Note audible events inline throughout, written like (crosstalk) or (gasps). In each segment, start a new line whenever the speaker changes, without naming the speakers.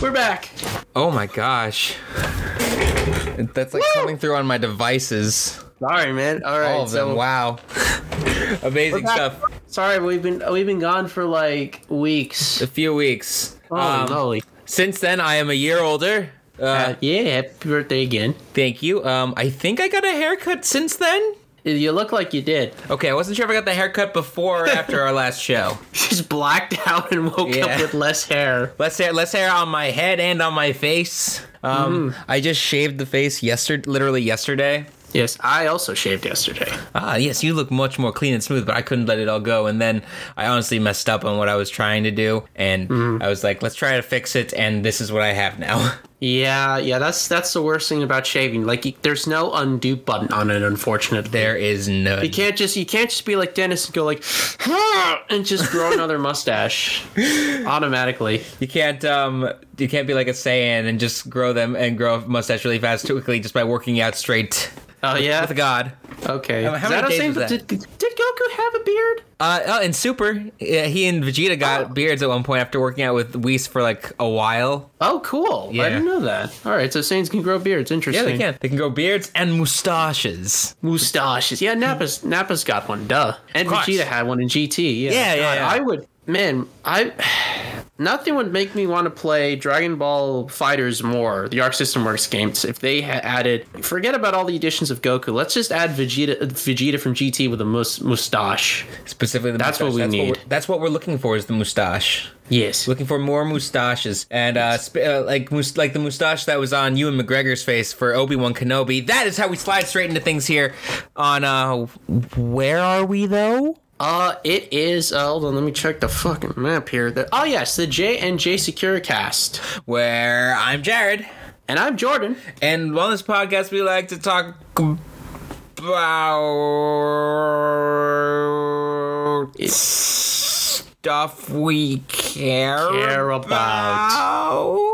We're back.
Oh my gosh. That's like coming through on my devices.
Sorry, man. All right.
All of them. (laughs)
so
Wow. Amazing stuff.
sorry, we've been uh, we've been gone for like weeks.
A few weeks.
Holy
Um,
moly.
Since then, I am a year older. Uh,
Uh, yeah, happy birthday again.
thank you. Um, I think I got a haircut since then.
You look like you did. (laughs)
Okay, I wasn't sure if I got the haircut before or (laughs) after our last show.
Just blacked out and woke
Yeah.
up with less hair.
Let's hair, less hair on my head and on my face. Um, I just shaved the face yesterday, literally yesterday.
Yes, I also shaved yesterday.
Ah, yes, you look much more clean and smooth, but I couldn't let it all go. And then I honestly messed up on what I was trying to do, and I was like, let's try to fix it. And this is what I have now. (laughs)
Yeah, yeah, that's that's the worst thing about shaving. Like, you- there's no undo button on it, unfortunately.
there is none.
You can't just you can't just be like Dennis and go like (laughs) and just grow another
(laughs)
mustache automatically.
You can't um you can't be like a Saiyan and just grow them and grow a mustache really fast too quickly just by working out straight
Oh yeah,
with God.
okay.
How
Is
many
that the
days
same?
was that?
Did, did Goku have a beard?
Uh oh, and Super, yeah, he and Vegeta got
Oh.
beards at one point after working out with Whis for like a while.
Oh, cool.
Yeah.
I didn't know that. All right, so Saiyans can grow beards.
Yeah,
Interesting.
they can. They can grow beards and mustaches.
Mustaches. Yeah, Nappa's Nappa's got one. Duh. And
course.
Vegeta had one in GT.
Yeah,
Yeah.
yeah,
God,
yeah.
I would. Man, I. (sighs) Nothing would make me want to play Dragon Ball Fighters more, the Arc System Works games, if they had added. Forget about all the additions of Goku. Let's just add Vegeta, Vegeta from GT with a mus- mustache.
Specifically, the
That's what
mustache.
we need.
we're- that's what we're looking for is the mustache.
Yes.
Looking for more mustaches and uh, sp- uh like mus- like the mustache that was on Ewan McGregor's face for Obi Wan Kenobi. That is how we slide straight into things here. On uh, where are we though?
Uh, it is. Uh, hold on, let me check the fucking map here. The, oh yes, the J and J Securicast,
where I'm Jared,
and I'm Jordan.
and on this podcast we like to talk about stuff we care,
Care
about.
about.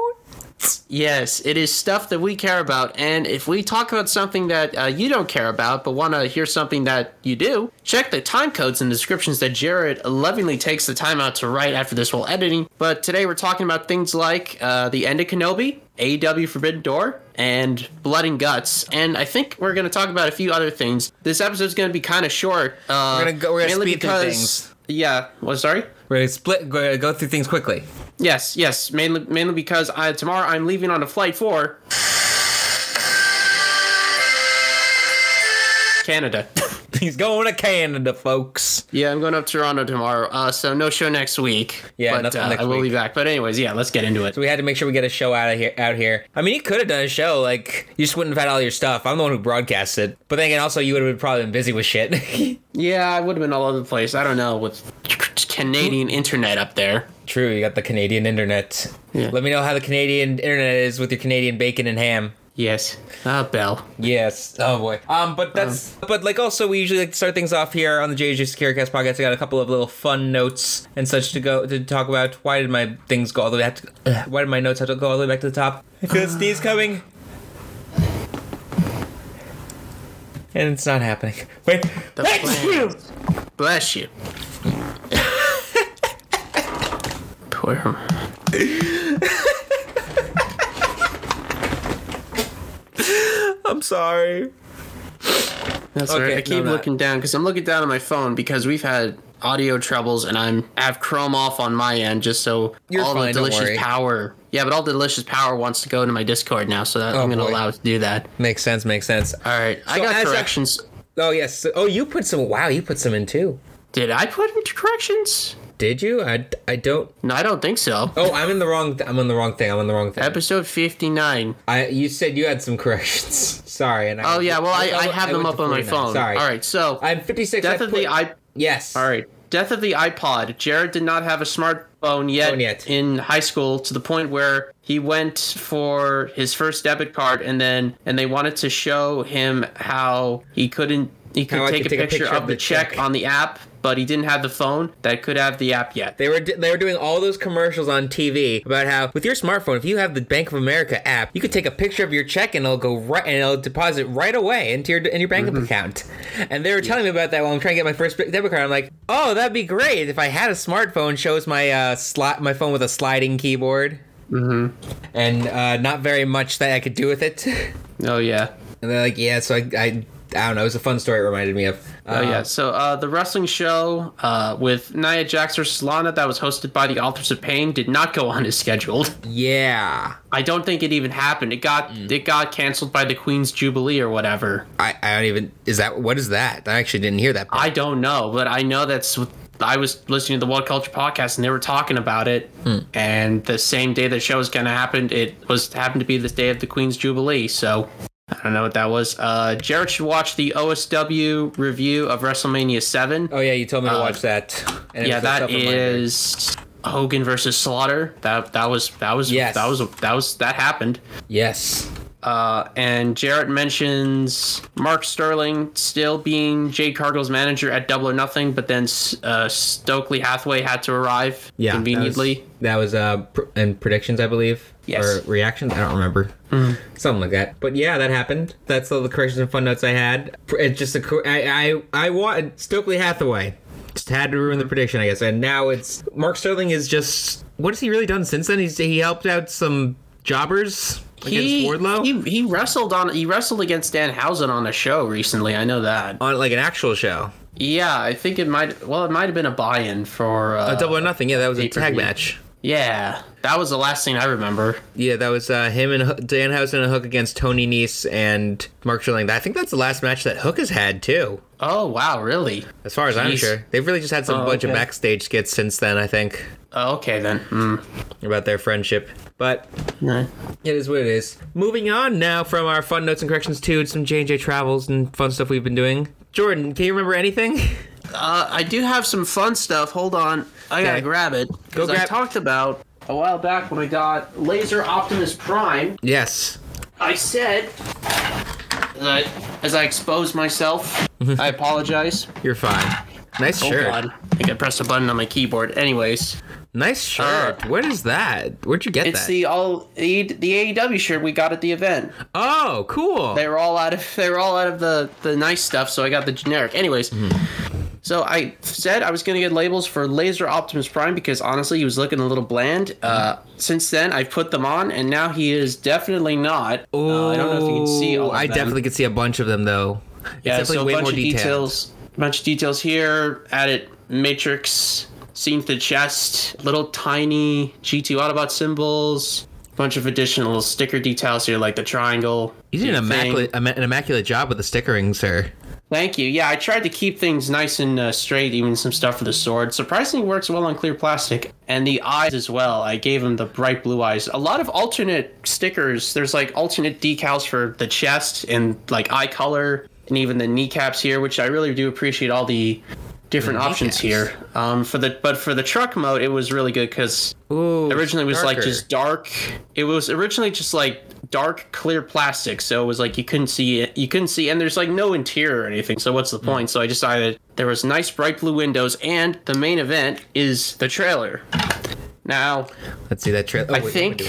Yes, it is stuff that we care about, and if we talk about something that uh, you don't care about but want to hear something that you do, check the time codes and descriptions that Jared lovingly takes the time out to write after this whole editing. But today we're talking about things like uh, the end of Kenobi, AEW Forbidden Door, and Blood and Guts, and I think we're going to talk about a few other things. This episode's going to be kind of short. Uh,
We're gonna go- we're gonna
mainly
speed through things.
Yeah. Well, sorry.
We're gonna split, go, go through things quickly. (laughs)
Yes, yes, mainly mainly because I, tomorrow I'm leaving on a flight for Canada. (laughs)
He's going to Canada, folks.
yeah, I'm going up to Toronto tomorrow. Uh, so no show next week.
Yeah,
but,
nothing
uh,
next
I will
week.
be back. But anyways, yeah, let's get into it.
So we had to make sure we get a show out of here. Out here. I mean, you could have done a show. Like you just wouldn't have had all your stuff. I'm the one who broadcast it. But then again, also you would have probably been busy with shit. (laughs)
Yeah, I would have been all over the place. I don't know with Canadian internet up there.
True, you got the Canadian internet.
Yeah.
Let me know how the Canadian internet is with your Canadian bacon and ham.
Yes. Ah, Bell.
Yes. Oh boy. Um, but that's but like also we usually like to start things off here on the JJ Securecast podcast. I got a couple of little fun notes and such to go to talk about. Why did my things go all the way back? To, uh, why did my notes have to go all the way back to the top? I feel a sneeze coming, and it's not happening. (laughs) Wait. Thank you.
Bless you. (laughs) Poor him.
(laughs) I'm sorry.
That's
Okay,
right.
no,
I keep
not.
looking down because I'm looking down on my phone because we've had audio troubles and I'm I have Chrome off on my end just so
You're
all
fine,
the
don't
delicious
worry.
power. Yeah, but all the delicious power wants to go to my Discord now, so that,
Oh,
I'm gonna
boy.
allow it to do that.
Makes sense. Makes sense.
All right, I
So
got
as a-
corrections.
Oh yes. Oh, you put some. Wow, you put some in too.
Did I put into corrections?
Did you? I, I don't.
No, I don't think so.
Oh, I'm in the wrong. I'm on the wrong thing. I'm on the wrong thing.
Episode 59.
I you said you had some corrections. (laughs) Sorry. And I,
Oh yeah, well I, I have them
went
up
to
on my
49.
phone.
Sorry.
All right, so
I'm 56.
death
I
of
put-
the i
yes.
All right. Death of the iPod. Jared did not have a smartphone yet,
Phone yet.
in high school to the point where he went for his first debit card and then and they wanted to show him how he couldn't he could
How I
take,
could
a, picture of the check,
check.
on the app, but he didn't have the phone that could have the app yet.
They were they were doing all those commercials on TV about how with your smartphone, if you have the Bank of America app, you could take a picture of your check and it'll go right and it'll deposit right away into your in your bank account. And they were telling me about that while I'm trying to get my first debit card. I'm like, oh, that'd be great if I had a smartphone. Shows my uh slot my phone with a sliding keyboard. and uh, not very much that I could do with it. (laughs) and
Oh yeah.
they're like, yeah, so I, I, I don't know. It was a fun story. It reminded me of.
Oh
Um,
yeah, so uh, the wrestling show uh, with Nia Jax versus Lana that was hosted by the Authors of Pain did not go (laughs) on as scheduled.
Yeah.
I don't think it even happened. It got it got canceled by the Queen's Jubilee or whatever.
I, I don't even is that what is that? I actually didn't hear that. part.
I don't know, but I know that's. what- I was listening to the World Culture podcast and they were talking about it. And the same day the show was going to happen, it was happened to be the day of the Queen's Jubilee. So I don't know what that was. Uh, Jared should watch the OSW review of WrestleMania Seven.
oh yeah, you told me to watch that. And it
yeah,
was a
that
self-reminder.
is Hogan versus Slaughter. That that was that was
Yes.
that was that was that happened.
yes.
Uh, and Jarrett mentions Mark Sterling still being Jade Cargill's manager at Double or Nothing, but then uh, Stokely Hathaway had to arrive
Yeah,
conveniently.
That was, that was uh pr- and predictions, I believe.
Yes. Mm-hmm.
Or reactions, I don't remember. Something like that. But yeah, that happened. That's all the corrections and fun notes I had. Pr- It's just a cor- I I I want Stokely Hathaway. Just had to ruin the prediction, I guess. And now it's Mark Sterling is just what has he really done since then? He's he helped out some jobbers against
he,
Wardlow
he he wrestled on he wrestled against Dan Housen on a show recently. I know that.
on like an actual show.
Yeah, I think it might. Well, it might have been a buy-in for. Uh,
A double or nothing. Yeah, that was a
pay-per-view.
tag match.
yeah, that was the last thing I remember.
Yeah, that was uh, him and Hook- Danhausen and Hook against Tony Nese and Mark Schilling. I think that's the last match that Hook has had too.
Oh wow, really?
As far as I'm
Jeez.
sure, they've really just had some
Oh,
bunch of
okay.
backstage skits since then. I think
Oh, okay then. Mm.
about their friendship, but
Yeah.
it is what it is. Moving on now from our fun notes and corrections to some J and J travels and fun stuff we've been doing. Jordan, can you remember anything? (laughs)
Uh, I do have some fun stuff. Hold on, I gotta
Okay.
grab it because I
grab-
talked about a while back when I got Laser Optimus Prime.
yes.
I said that as I
(laughs)
exposed myself, I apologize.
You're fine. Nice
Oh
shirt.
God, I think I pressed a button on my keyboard. Anyways,
Nice shirt. what is that? Where'd you get
Uh,
that?
it's the all the the AEW shirt we got at the event.
oh, cool.
they were all out of (laughs) they were all out of the the nice stuff so i got the generic anyways
Mm-hmm.
so i said i was going to get labels for laser optimus prime because honestly he was looking a little bland uh,
Mm-hmm.
since then i put them on and now he is definitely not uh, i don't know if you can see all
Oh,
of
I
them.
definitely could see a bunch of them though. It's
yeah
definitely
so a
way
bunch
more
of
detailed.
details bunch of details here added matrix seams to chest little tiny g2 autobot symbols bunch of additional sticker details here like the triangle
You did an
the thing.
immaculate, ima- an immaculate job with the stickering, sir.
Thank you. Yeah, I tried to keep things nice and uh, straight, even some stuff for the sword. Surprisingly, works well on clear plastic, and the eyes as well. I gave him the bright blue eyes. A lot of alternate stickers. There's like alternate decals for the chest and like eye color, and even the kneecaps here, which I really do appreciate all the different options
kneecaps.
here. Um, for the but for the truck mode, it was really good because
Ooh,
originally it was like
darker.
just dark it was originally just like dark clear plastic so it was like you couldn't see it you couldn't see and there's like no interior or anything so
Hmm.
what's the point so i decided there was nice bright blue windows and the main event is the trailer now
Let's see that oh, trailer.
i think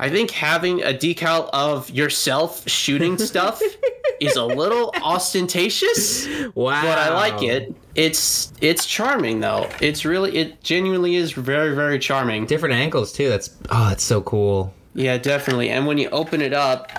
i think having a decal of yourself
(laughs)
shooting stuff is a little ostentatious
Wow.
but I like it. It's it's charming though. It's really it genuinely is very very charming.
Different angles too. That's oh, that's so cool.
Yeah, definitely. And when you open it up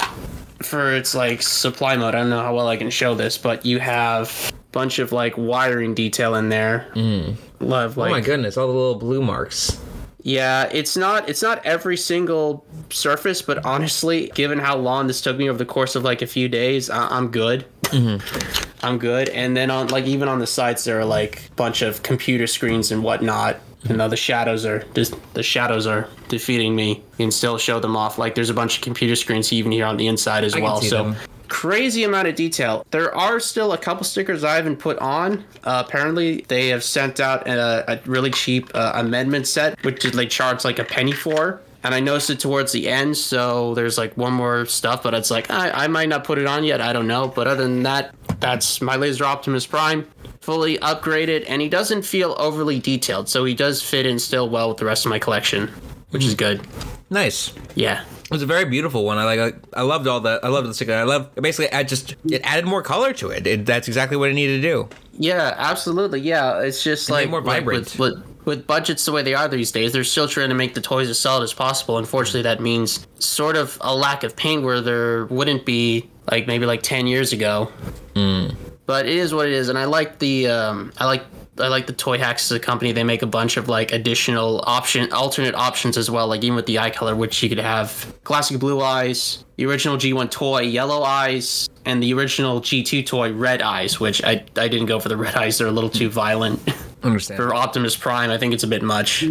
for its like supply mode, I don't know how well I can show this, but you have bunch of like wiring detail in there. Mm. Love like
oh my goodness, all the little blue marks.
yeah, it's not it's not every single surface, but honestly, given how long this took me over the course of like a few days, I- I'm good.
Mm-hmm.
(laughs) I'm good. And then on like even on the sides, there are like a bunch of computer screens and whatnot. And though the shadows are just the shadows are defeating me, you can still show them off. Like there's a bunch of computer screens even here on the inside as
can
well.
see
so
them.
crazy amount of detail. There are still a couple stickers I haven't put on. Uh, apparently, they have sent out a, a really cheap uh, amendment set, which they charge like a penny for. And I noticed it towards the end, so there's like one more stuff, but it's like I, I might not put it on yet. I don't know. But other than that, that's my Laser Optimus Prime, fully upgraded, and he doesn't feel overly detailed, so he does fit in still well with the rest of my collection, which is good.
Nice.
Yeah.
It was a very beautiful one. I like. I loved all the. I loved the sticker. I love. Basically, I just it added more color to it. it that's exactly what it needed to do.
Yeah, absolutely. Yeah, it's just
they're
like
more
like, with-
vibrant.
with- with budgets the way they are these days, they're still trying to make the toys as solid as possible. Unfortunately, that means sort of a lack of paint where there wouldn't be like maybe like ten years ago. But it is what it is, and I like the um, I like I like the Toy Hacks as a company. They make a bunch of like additional option alternate options as well, like even with the eye color, which you could have classic blue eyes, the original G1 toy yellow eyes, and the original G2 toy red eyes. Which I I didn't go for the red eyes; they're a little too violent. (laughs) for
Understandable.
Optimus Prime, I think it's a bit much.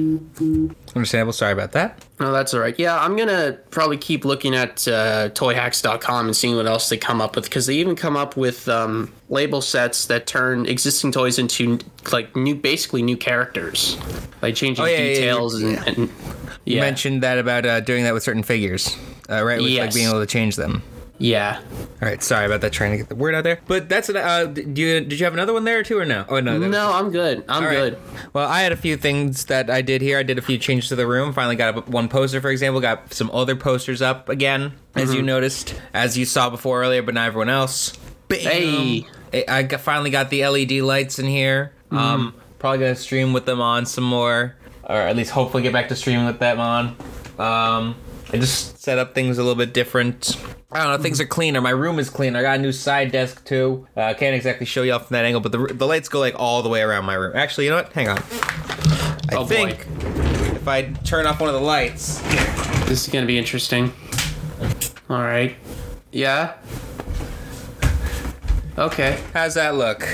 Understandable. Sorry about that.
No, Oh, that's all right. Yeah, I'm gonna probably keep looking at uh, toyhacks.com and seeing what else they come up with because they even come up with um, label sets that turn existing toys into like new, basically new characters, like changing
Oh, yeah, yeah, yeah.
details and, and
You
yeah,
mentioned that about uh, doing that with certain figures, uh, right? With like
Yes.
being able to change them.
yeah.
All right. Sorry about that. Trying to get the word out there. But that's an, uh, d- do you, did you have another one there too or no? Oh no. that was-
No, I'm good. I'm
All right.
good.
Well, I had a few things that I did here. I did a few changes to the room. Finally, got up one poster, for example. Got some other posters up again, as
Mm-hmm.
you noticed, as you saw before earlier, but not everyone else. Bam!
Hey. Mm-hmm.
I- I got- finally got the LED lights in here. Um, probably gonna stream with them on some more, or at least hopefully get back to streaming with them on. Um, I just set up things a little bit different. I don't know. Things are cleaner. My room is cleaner. I got a new side desk too. Uh, I can't exactly show you off from that angle, but the, the lights go like all the way around my room. Actually, you know what? Hang on. I
Oh, boy.
think if I turn off one of the lights,
This is gonna be interesting. All right. Yeah. Okay.
how's that look?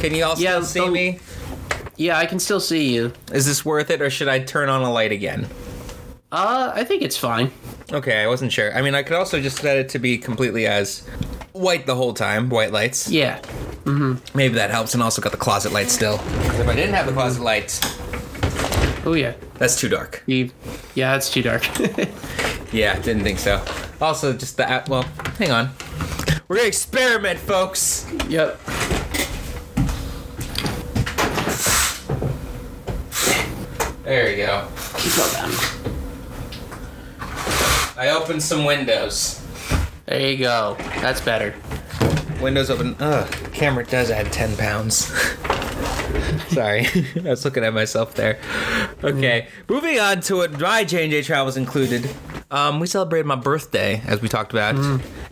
Can you all
Yeah, oh.
still see
the-
me?
Yeah, I can still see you.
Is this worth it, or should I turn on a light again?
Uh, I think it's fine.
Okay, I wasn't sure. I mean, I could also just set it to be completely as white the whole time, white lights.
Yeah.
Maybe that helps, and also got the closet light still. 'Cause if I didn't have the closet lights,
Oh yeah.
that's too dark.
You, yeah, it's too dark. (laughs)
Yeah, didn't think so. Also, just the app. Well, hang on. We're gonna experiment, folks.
yep.
There we go.
Keep going down.
I opened some windows.
There you go. That's better.
Windows open. Ugh, camera does add 10 pounds. (laughs) Sorry, (laughs) I was looking at myself there. Okay, moving on to what my J&J travels included. Um, we celebrated my birthday, as we talked about.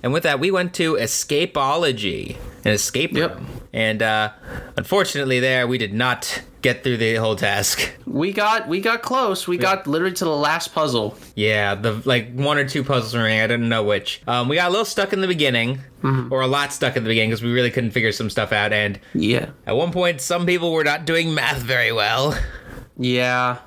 And with that, we went to Escapeology, an escape room.
Yep.
And uh, unfortunately, there, we did not get through the whole task. (laughs)
We got we got close. We got literally to the last puzzle.
Yeah, the like one or two puzzles remaining. I didn't know which. Um, we got a little stuck in the beginning, or a lot stuck in the beginning because we really couldn't figure some stuff out. And
Yeah.
At one point, some people were not doing math very well.
Yeah.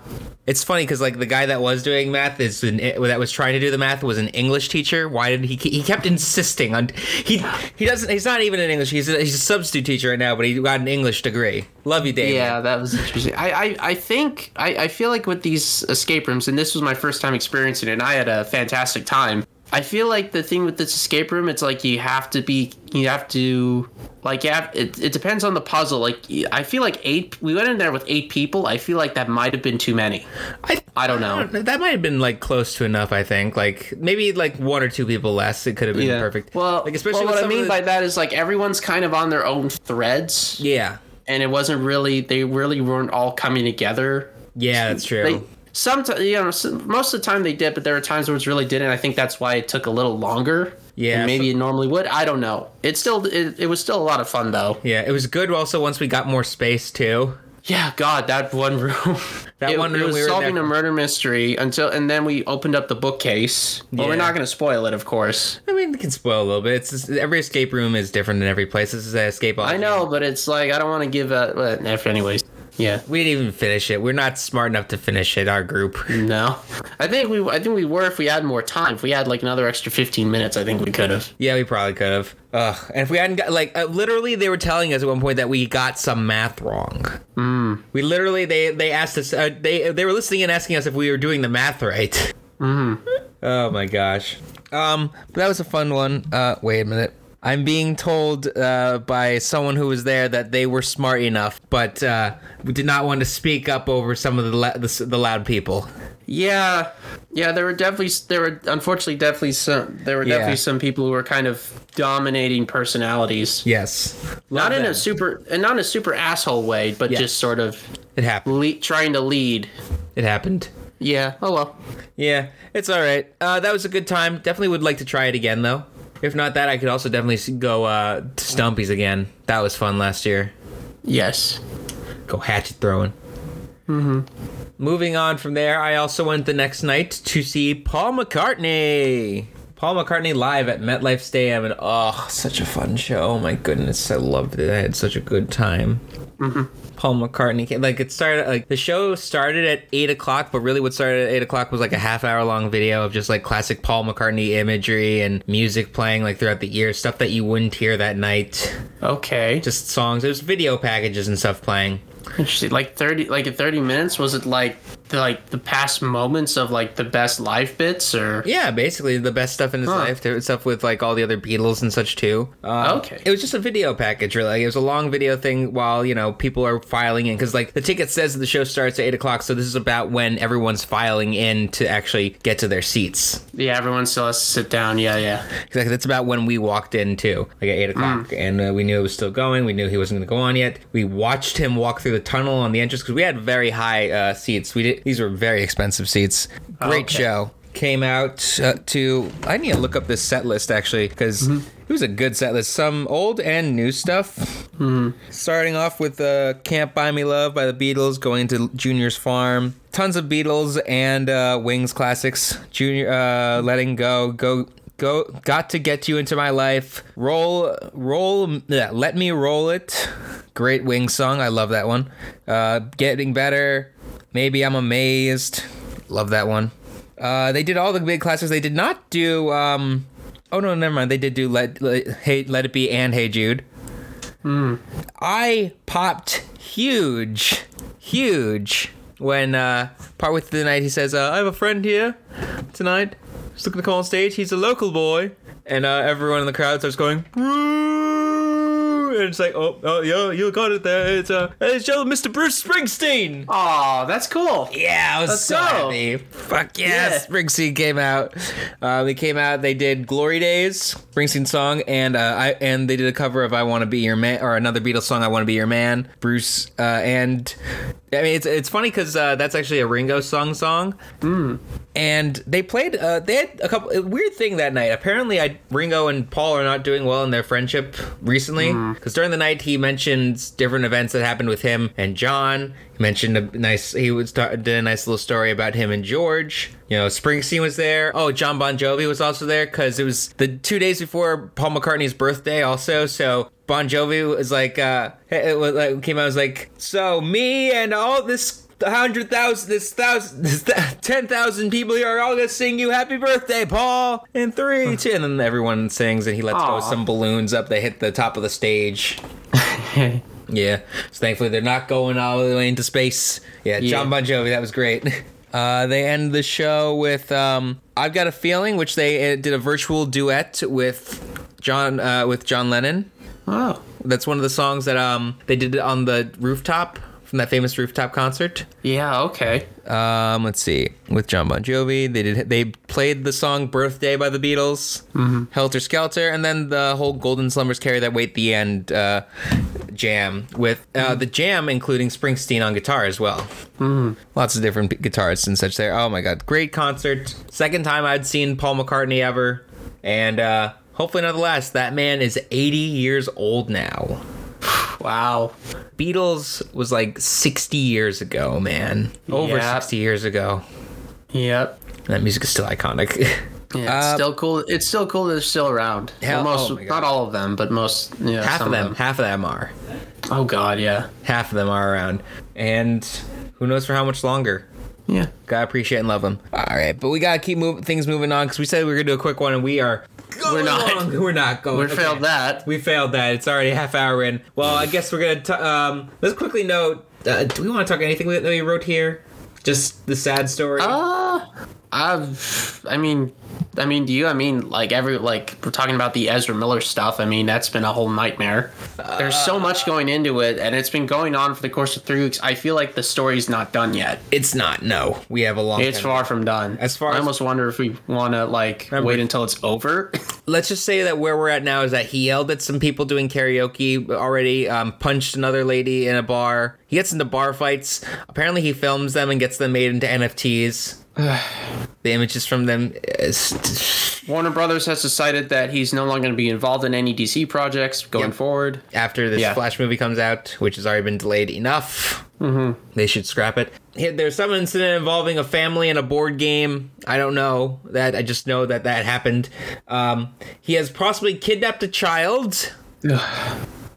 It's funny because like the guy that was doing math is an, eh, that was trying to do the math was an English teacher. Why did he he kept insisting on he he doesn't he's not even an English he's a, he's a substitute teacher right now, but he got an English degree. Love you, Dave.
Yeah, that was interesting. I, I, I think I, I feel like with these escape rooms, and this was my first time experiencing it, and I had a fantastic time. I feel like the thing with this escape room, it's like you have to be, you have to, like, you have, it, it depends on the puzzle. Like, I feel like eight, we went in there with eight people. I feel like that might have been too many.
I
I don't know.
that might have been like close to enough. I think like maybe like one or two people less. It could have been perfect.
Well,
like especially
well,
with
what I
some of
mean
the-
by that is like everyone's kind of on their own threads,
yeah
and it wasn't really they really weren't all coming together.
yeah that's true.
They sometimes you know s- most of the time they did, but there were times where it really didn't. I think that's why it took a little longer.
Yeah,
than maybe it normally would. I don't know. It still it, it was still a lot of fun though.
yeah, it was good. Also, once we got more space too.
Yeah, God, that one room. (laughs)
That
it,
one
it
room
was
we were in
solving
there-
a murder mystery until, and then we opened up the bookcase. Well, we're
Yeah.
not going to spoil it, of course.
I mean, it can spoil a little bit. It's just, every escape room is different in every place. This is an escape.
I know, but it's like I don't want to give a. But anyways, yeah.
We didn't even finish it. We're not smart enough to finish it. Our group.
No, I think we I think we were if we had more time. If we had like another extra fifteen minutes, I think we could have.
Yeah, we probably could have. Ugh. And if we hadn't got like uh, literally, they were telling us at one point that we got some math wrong. Mm. We literally they they asked us uh, they they were listening and asking us if we were doing the math right. Mm. (laughs) oh my gosh. Um, but that was a fun one. Uh, wait a minute. I'm being told uh, by someone who was there that they were smart enough, but uh, we did not want to speak up over some of the, la- the s- the loud people.
Yeah, yeah. There were definitely there were unfortunately definitely some there were definitely
Yeah.
some people who were kind of dominating personalities.
Yes,
not in
them.
a super and not in a super asshole way, but
Yeah.
just sort of
It happened.
le- trying to lead.
It happened.
Yeah. Oh well.
Yeah, it's all right. Uh, that was a good time. Definitely would like to try it again, though. If not that, I could also definitely s- go uh, to Stumpy's again. That was fun last year.
Yes.
Go hatchet throwing. Mm-hmm. Moving on from there, I also went the next night to see Paul McCartney. Paul McCartney live at MetLife Stadium, and oh, such a fun show! Oh my goodness, I loved it. I had such a good time. Paul McCartney. came- Like it started, like the show started at eight o'clock, but really what started at eight o'clock was like a half hour long video of just like classic Paul McCartney imagery and music playing like throughout the year, stuff that you wouldn't hear that night.
Okay. Just
Just songs. It was video packages and stuff playing.
interesting. Like thirty. Like in thirty minutes, was it like the, like the past moments of like the best life bits or?
Yeah, basically the best stuff in his
Huh.
life. There was stuff with like all the other Beatles and such too. Uh,
Okay.
It was just a video package, really. Like, it was a long video thing while you know people are filing in because like the ticket says that the show starts at eight o'clock, so this is about when everyone's filing in to actually get to their seats.
Yeah. Everyone still has to sit down. Yeah. Yeah.
Exactly. That's about when we walked in too, like at eight o'clock, and uh, we knew it was still going. We knew he wasn't going to go on yet. We watched him walk through the tunnel on the entrance because we had very high uh, seats. We did; these were very expensive seats. Great
Okay.
show. Came out uh, to. I need to look up this set list actually because it was a good set list. Some old and new stuff. Starting off with uh, "Can't Buy Me Love" by the Beatles, going into Junior's Farm. Tons of Beatles and uh, Wings classics. Junior, uh, "Letting Go," "Go Go," "Got to Get You Into My Life," "Roll Roll," yeah, "Let Me Roll It." Great Wings song, I love that one. Uh, "Getting Better," "Maybe I'm Amazed," love that one. Uh, they did all the big classics. They did not do. Um, oh no, never mind. They did do "Let Let, hey, Let It Be" and "Hey Jude." I popped huge, huge when uh, part with the night he says, uh, "I have a friend here tonight. He's looking to come on stage. He's a local boy." And uh, everyone in the crowd starts going, "Boo!" and it's like, "Oh, oh, yo, you got it there. It's uh, it's yo, Mr. Bruce Springsteen."
Oh, that's cool.
Yeah, I was
Let's
so
go.
happy. Fuck
Yeah.
yes, Springsteen came out. Uh, they came out. They did "Glory Days," Springsteen song, and uh, I and they did a cover of "I Want to Be Your Man" or another Beatles song, "I Want to Be Your Man." Bruce uh, and I mean, it's it's funny because uh, that's actually a Ringo song song. And they played. Uh, they had a couple a weird thing that night. Apparently, I, Ringo and Paul are not doing well in their friendship recently. Because during the night, he mentions different events that happened with him and John. He mentioned a nice. He was ta- did a nice little story about him and George. You know, Springsteen was there. Oh, John Bon Jovi was also there because it was the two days before Paul McCartney's birthday. Also, so Bon Jovi was like, uh, it was like came out was like, so me and all this hundred thousand, this thousand, this th- (laughs) ten thousand people here are all gonna sing you happy birthday, Paul, in three, two, (laughs) and then everyone sings, and he lets go
Aw.
of some balloons up. They hit the top of the stage. Yeah. So thankfully they're not going all the way into space. Yeah, John Bon Jovi, that was great. (laughs) Uh, they end the show with um, "I've Got a Feeling," which they uh, did a virtual duet with John uh, with John Lennon.
(laughs) oh.
That's one of the songs that um, they did on the rooftop from that famous rooftop concert.
Yeah. Okay.
Um, let's see. With John Bon Jovi, they did they played the song "Birthday" by the Beatles, "Helter Skelter," and then the whole "Golden Slumbers Carry That Weight" the end uh, jam with uh, the jam including Springsteen on guitar as well. Lots of different p- guitarists and such. There. Oh my god, great concert! Second time I'd seen Paul McCartney ever, and uh, hopefully not the last. That man is 80 years old now.
Wow.
Beatles was like 60 years ago, man. Over
Yeah.
60 years ago.
Yep.
That music is still iconic.
Yeah, it's
Uh,
still cool. It's still cool. They're still around.
Hell-
Well, most,
oh my God.
not all of them, but most.
(laughs)
Yeah,
half
some
of them, half of them are.
Oh God, yeah,
Half of them are around. And who knows for how much longer.
yeah.
Gotta appreciate and love them. All right, but we gotta keep move- things moving on because we said we were gonna do a quick one and we are. going
not.
long. We're not going.
We
okay.
failed that.
We failed that. It's already a half hour in. Well, I guess we're gonna. T- um, let's quickly note. Uh, do we want to talk anything that Uh, we wrote here? Just the sad story.
Uh, I've. I mean, I mean, do you? I mean, like every like we're talking about the Ezra Miller stuff. I mean, that's been a whole nightmare. There's
Uh,
so much going into it, and it's been going on for the course of three weeks. I feel like the story's not done yet.
It's not. No, we have a long.
It's
time.
far from done.
As far
I
as-
almost wonder if we want to like
Remember-
wait until it's over.
Let's just say that where we're at now is that he yelled at some people doing karaoke already. Um, punched another lady in a bar. He gets into bar fights. Apparently, he films them and gets them made into NFTs. (sighs) the images from them. uh, Is,
Warner Brothers has decided that he's no longer going to be involved in any DC projects going
Yep.
forward.
after this
Yeah.
Flash movie comes out, which has already been delayed enough. Mm-hmm. They should scrap it. Here- There's some incident involving a family and a board game. I don't know that. I just know that that happened. Um, he has possibly kidnapped a child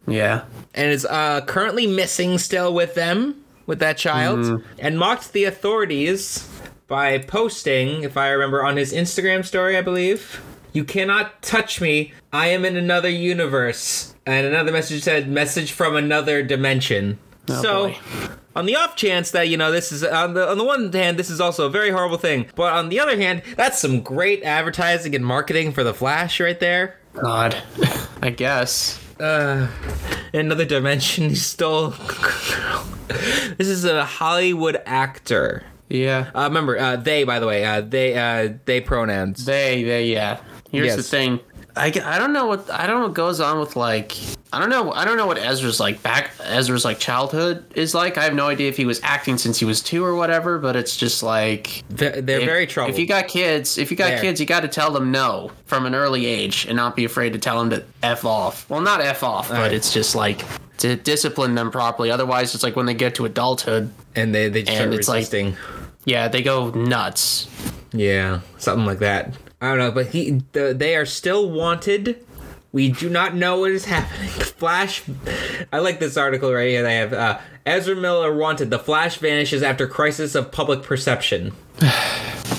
Yeah.
and is uh, currently missing still with them, with that child, and mocked the authorities by posting, if I remember, on his Instagram story, I believe, You cannot touch me. I am in another universe. And another message said, Message from another dimension. so.
boy.
On the off chance that you know this is on the on the one hand this is also a very horrible thing, but on the other hand, that's some great advertising and marketing for the Flash right there.
God. (laughs) I guess.
Uh, another dimension. He stole. this is a Hollywood actor.
Yeah.
Uh, remember, uh, they. By the way, uh, they. Uh, they pronouns.
They, they, yeah. Here's the
Yes.
thing. I, g- I don't know what I don't know what goes on with like I don't know I don't know what Ezra's like back Ezra's like childhood is like I have no idea if he was acting since he was two or whatever but it's just like
They're, they're
if-
very troubled.
If you got kids, if you got
There.
kids, you got to tell them no from an early age and not be afraid to tell them to f off. Well, not f off, but
Right.
it's just like to discipline them properly. Otherwise, it's like when they get to adulthood,
and they they just
and
start
it's like-
resisting.
yeah, they go nuts.
yeah, something like that. I don't know, but he. The, they are still wanted. We do not know what is happening. (laughs) The Flash. I like this article right here. They have uh, Ezra Miller wanted. The Flash vanishes after crisis of public perception. (sighs)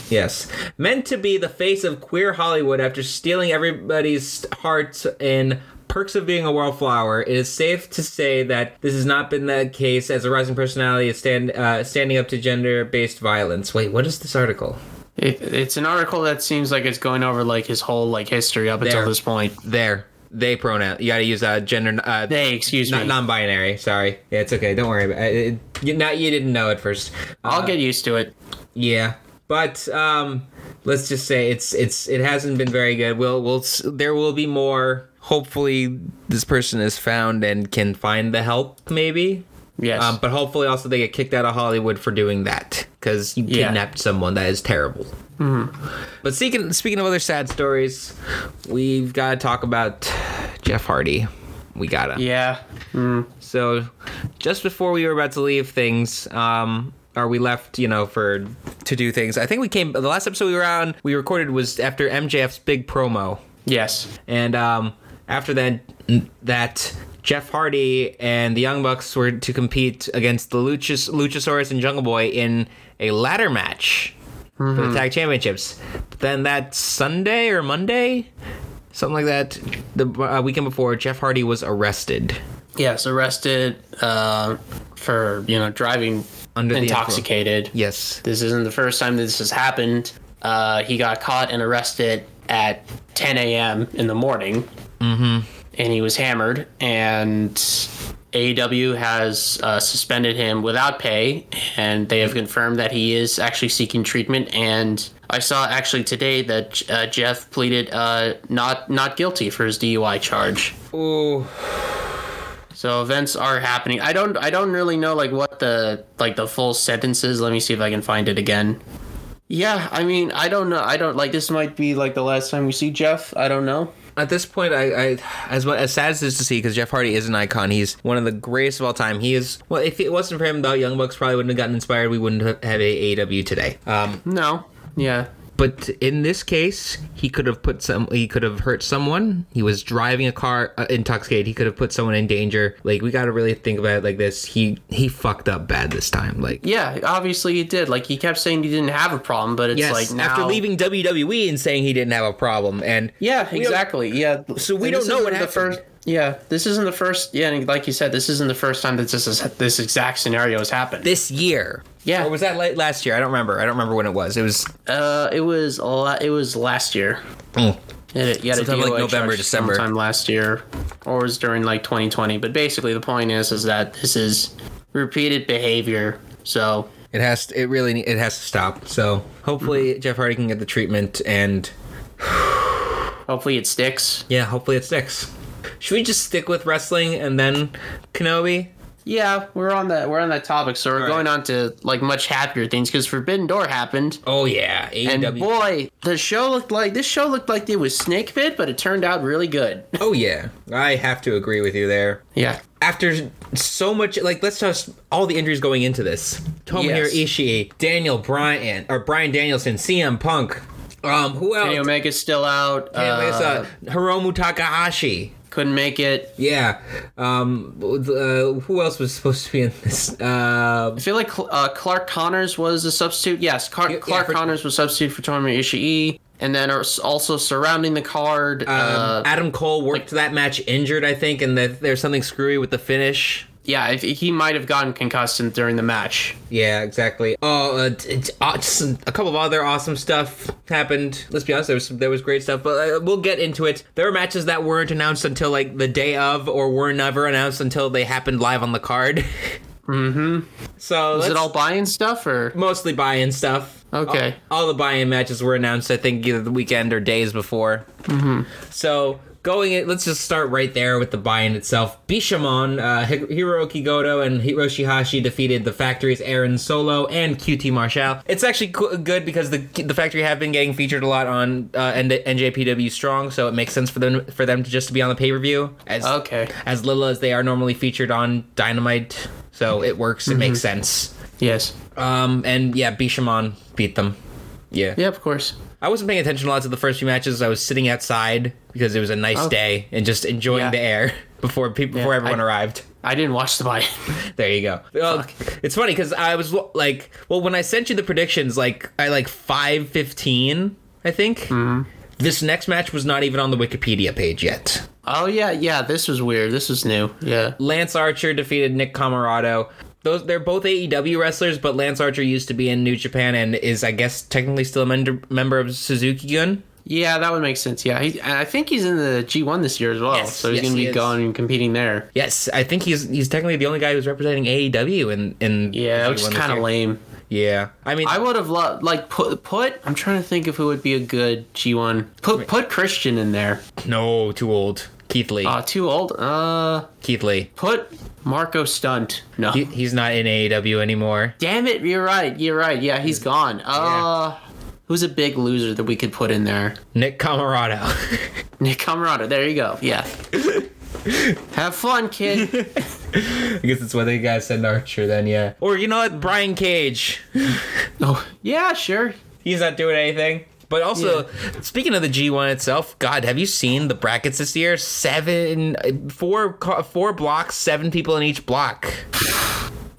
Yes. Meant to be the face of queer Hollywood after stealing everybody's hearts in Perks of Being a Wallflower, it is safe to say that this has not been the case as a rising personality is stand, uh, standing up to gender based violence. Wait, what is this article?
It, it's an article that seems like it's going over like his whole like history up until
There.
this point.
There. They pronoun. You gotta use uh, gender. Uh,
They, excuse
not
me.
non-binary. Sorry. Yeah, it's okay. Don't worry about it. it you, not you didn't know at first.
I'll
uh,
get used to it.
Yeah, but um, let's just say it's it's it hasn't been very good. We'll we'll s- there will be more. Hopefully, this person is found and can find the help. Maybe.
Yes.
Um, but hopefully, also they get kicked out of Hollywood for doing that because you
Yeah. Mm-hmm.
kidnapped someone. That is terrible. But speaking speaking of other sad stories, we've got to talk about Jeff Hardy. We gotta.
yeah.
So, just before we were about to leave things, um, or we left, you know, for to do things. I think we came. The last episode we were on, we recorded was after MJF's big promo,
Yes.
and um, after that, that Jeff Hardy and the Young Bucks were to compete against the Luchas, Luchasaurus and Jungle Boy in a ladder match for the tag championships. Then that Sunday or Monday. Something like that. The uh, weekend before, Jeff Hardy was arrested.
Yes. Arrested uh, for you know driving
Under the influence.
intoxicated.
Yes.
This isn't the first time this has happened. Uh, he got caught and arrested at 10 a.m. in the morning. Mm-hmm. And he was hammered. And AEW has uh, suspended him without pay. And they have confirmed that he is actually seeking treatment. And I saw actually today that uh, Jeff pleaded uh, not not guilty for his DUI charge.
Ooh.
So events are happening. I don't I don't really know like what the like the full sentence is. Let me see if I can find it again. Yeah, I mean, I don't know. I don't like this might be like the last time we see Jeff. I don't know.
At this point, I, I as mu- as sad as it is to see, because Jeff Hardy is an icon. He's one of the greatest of all time. He is. Well, if it wasn't for him, the Young Bucks probably wouldn't have gotten inspired. We wouldn't have have AEW today. Um,
No. Yeah.
but in this case, he could have put some. He could have hurt someone. He was driving a car uh, intoxicated. He could have put someone in danger. Like we got to really think about it like this. He he fucked up bad this time. Like
Yeah, obviously he did. Like he kept saying he didn't have a problem, but it's
yes,
like now
after leaving WWE and saying he didn't have a problem, and
Yeah,
We don't-
exactly. Yeah.
So we
And
don't
this
know
isn't
what
the
happened.
first Yeah, this isn't the first. Yeah, and like you said, this isn't the first time that this is this exact scenario has happened.
this year.
Yeah.
Or was that late last year? I don't remember. I don't remember when it was. It was
Uh, it was a lot. It was last year.
mm.
It, you had a
Sometime like
DOA
November,
charge
December.
sometime last year, or it was during like 2020. But basically, the point is, is that this is repeated behavior. So
It has. To, it really. ne- It has to stop. So hopefully
Mm-hmm.
Jeff Hardy can get the treatment, and
hopefully, it sticks.
yeah, hopefully it sticks. Should we just stick with wrestling and then Kenobi?
Yeah, we're on that. We're on that topic. So we're
Right.
going on to like much happier things because Forbidden Door happened.
Oh yeah,
And
AEW.
boy, the show looked like this show looked like it was snake bit, but it turned out really good. (laughs)
oh yeah, I have to agree with you there.
Yeah,
After so much, like let's just all the injuries going into this. Tomohiro
Yes.
Ishii, Daniel Bryan, or Brian Danielson, CM Punk. Um, who else?
Kenny Omega's still out.
Damn, it's,
uh,
uh, Hiromu Takahashi.
couldn't make it.
Yeah. Um, uh, who else was supposed to be in this? Um,
I feel like Cl- uh, Clark Connors was a substitute. Yes, Car-
yeah,
Clark
for-
Connors was substitute for Tomomi Ishii, and then are s- also surrounding the card. uh,
Um, Adam Cole worked that match injured, I think, and that there's something screwy with the finish.
yeah, if, he might have gotten concussed in- during the match.
Yeah, exactly. Oh, uh, t- t- uh, just some- a couple of other awesome stuff happened. Let's be honest, there was some, there was great stuff, but uh, we'll get into it. There were matches that weren't announced until like the day of, or were never announced until they happened live on the card. (laughs) mm-hmm. So
Is
let's-
it all buy-in stuff or
mostly buy-in stuff.
Okay.
All, all the buy-in matches were announced, I think, either the weekend or days before. Mm-hmm. So going, in, let's just start right there with the buy-in itself. Bishamon, uh, Hi- Hiroki Goto, and Hiroshi Hashi defeated the Factory's Aaron Solo and QT Marshall. It's actually co- good because the the Factory have been getting featured a lot on uh, N- NJPW Strong, so it makes sense for them for them to just to be on the pay-per-view as
Okay.
as little as they are normally featured on Dynamite. So it works. It makes sense.
Yes.
Um, and yeah, Bishamon beat them. Yeah.
Yeah, of course.
I wasn't paying attention a lot to the first few matches. I was sitting outside because it was a nice day and just enjoying
Oh. Yeah.
the air (laughs) before people before
Yeah,
everyone
I-
arrived.
I didn't watch the buy-in. (laughs)
There you go. Well, it's funny because I was lo- like, well, when I sent you the predictions, like I like five fifteen, I think.
Mm-hmm.
This next match was not even on the Wikipedia page yet.
oh yeah, yeah. This was weird. This was new. Yeah.
Lance Archer defeated Nick Camarado. Those they're both AEW wrestlers, but Lance Archer used to be in New Japan and is, I guess, technically still a mender- member of Suzuki Gun.
Yeah, that would make sense. Yeah, he, and I think he's in the G1 this year as well,
Yes,
so he's
yes,
going to
he
be
is.
going and competing there.
Yes, I think he's he's technically the only guy who's representing AEW in in
Yeah,
the
which is
G1 this
kind of
year.
lame.
Yeah, I mean,
I would have loved like put put. I'm trying to think of who would be a good G1. Put put Christian in there.
no, too old. Keith Lee,
Uh too old. Uh,
Keith Lee.
put Marco Stunt. No,
He, he's not in AEW anymore.
damn it. You're right. You're right. Yeah, he's gone. Uh, who's a big loser that we could put in there?
Nick Camarado. (laughs)
Nick Camarada. There you go. Yeah. have fun, kid.
I guess that's why they guys send Archer then. Yeah, or you know what, Brian Cage.
oh yeah, sure.
he's not doing anything. But also, speaking of the G1 itself, God, have you seen the brackets this year? Seven, uh, four, ca- four blocks, seven people in each block.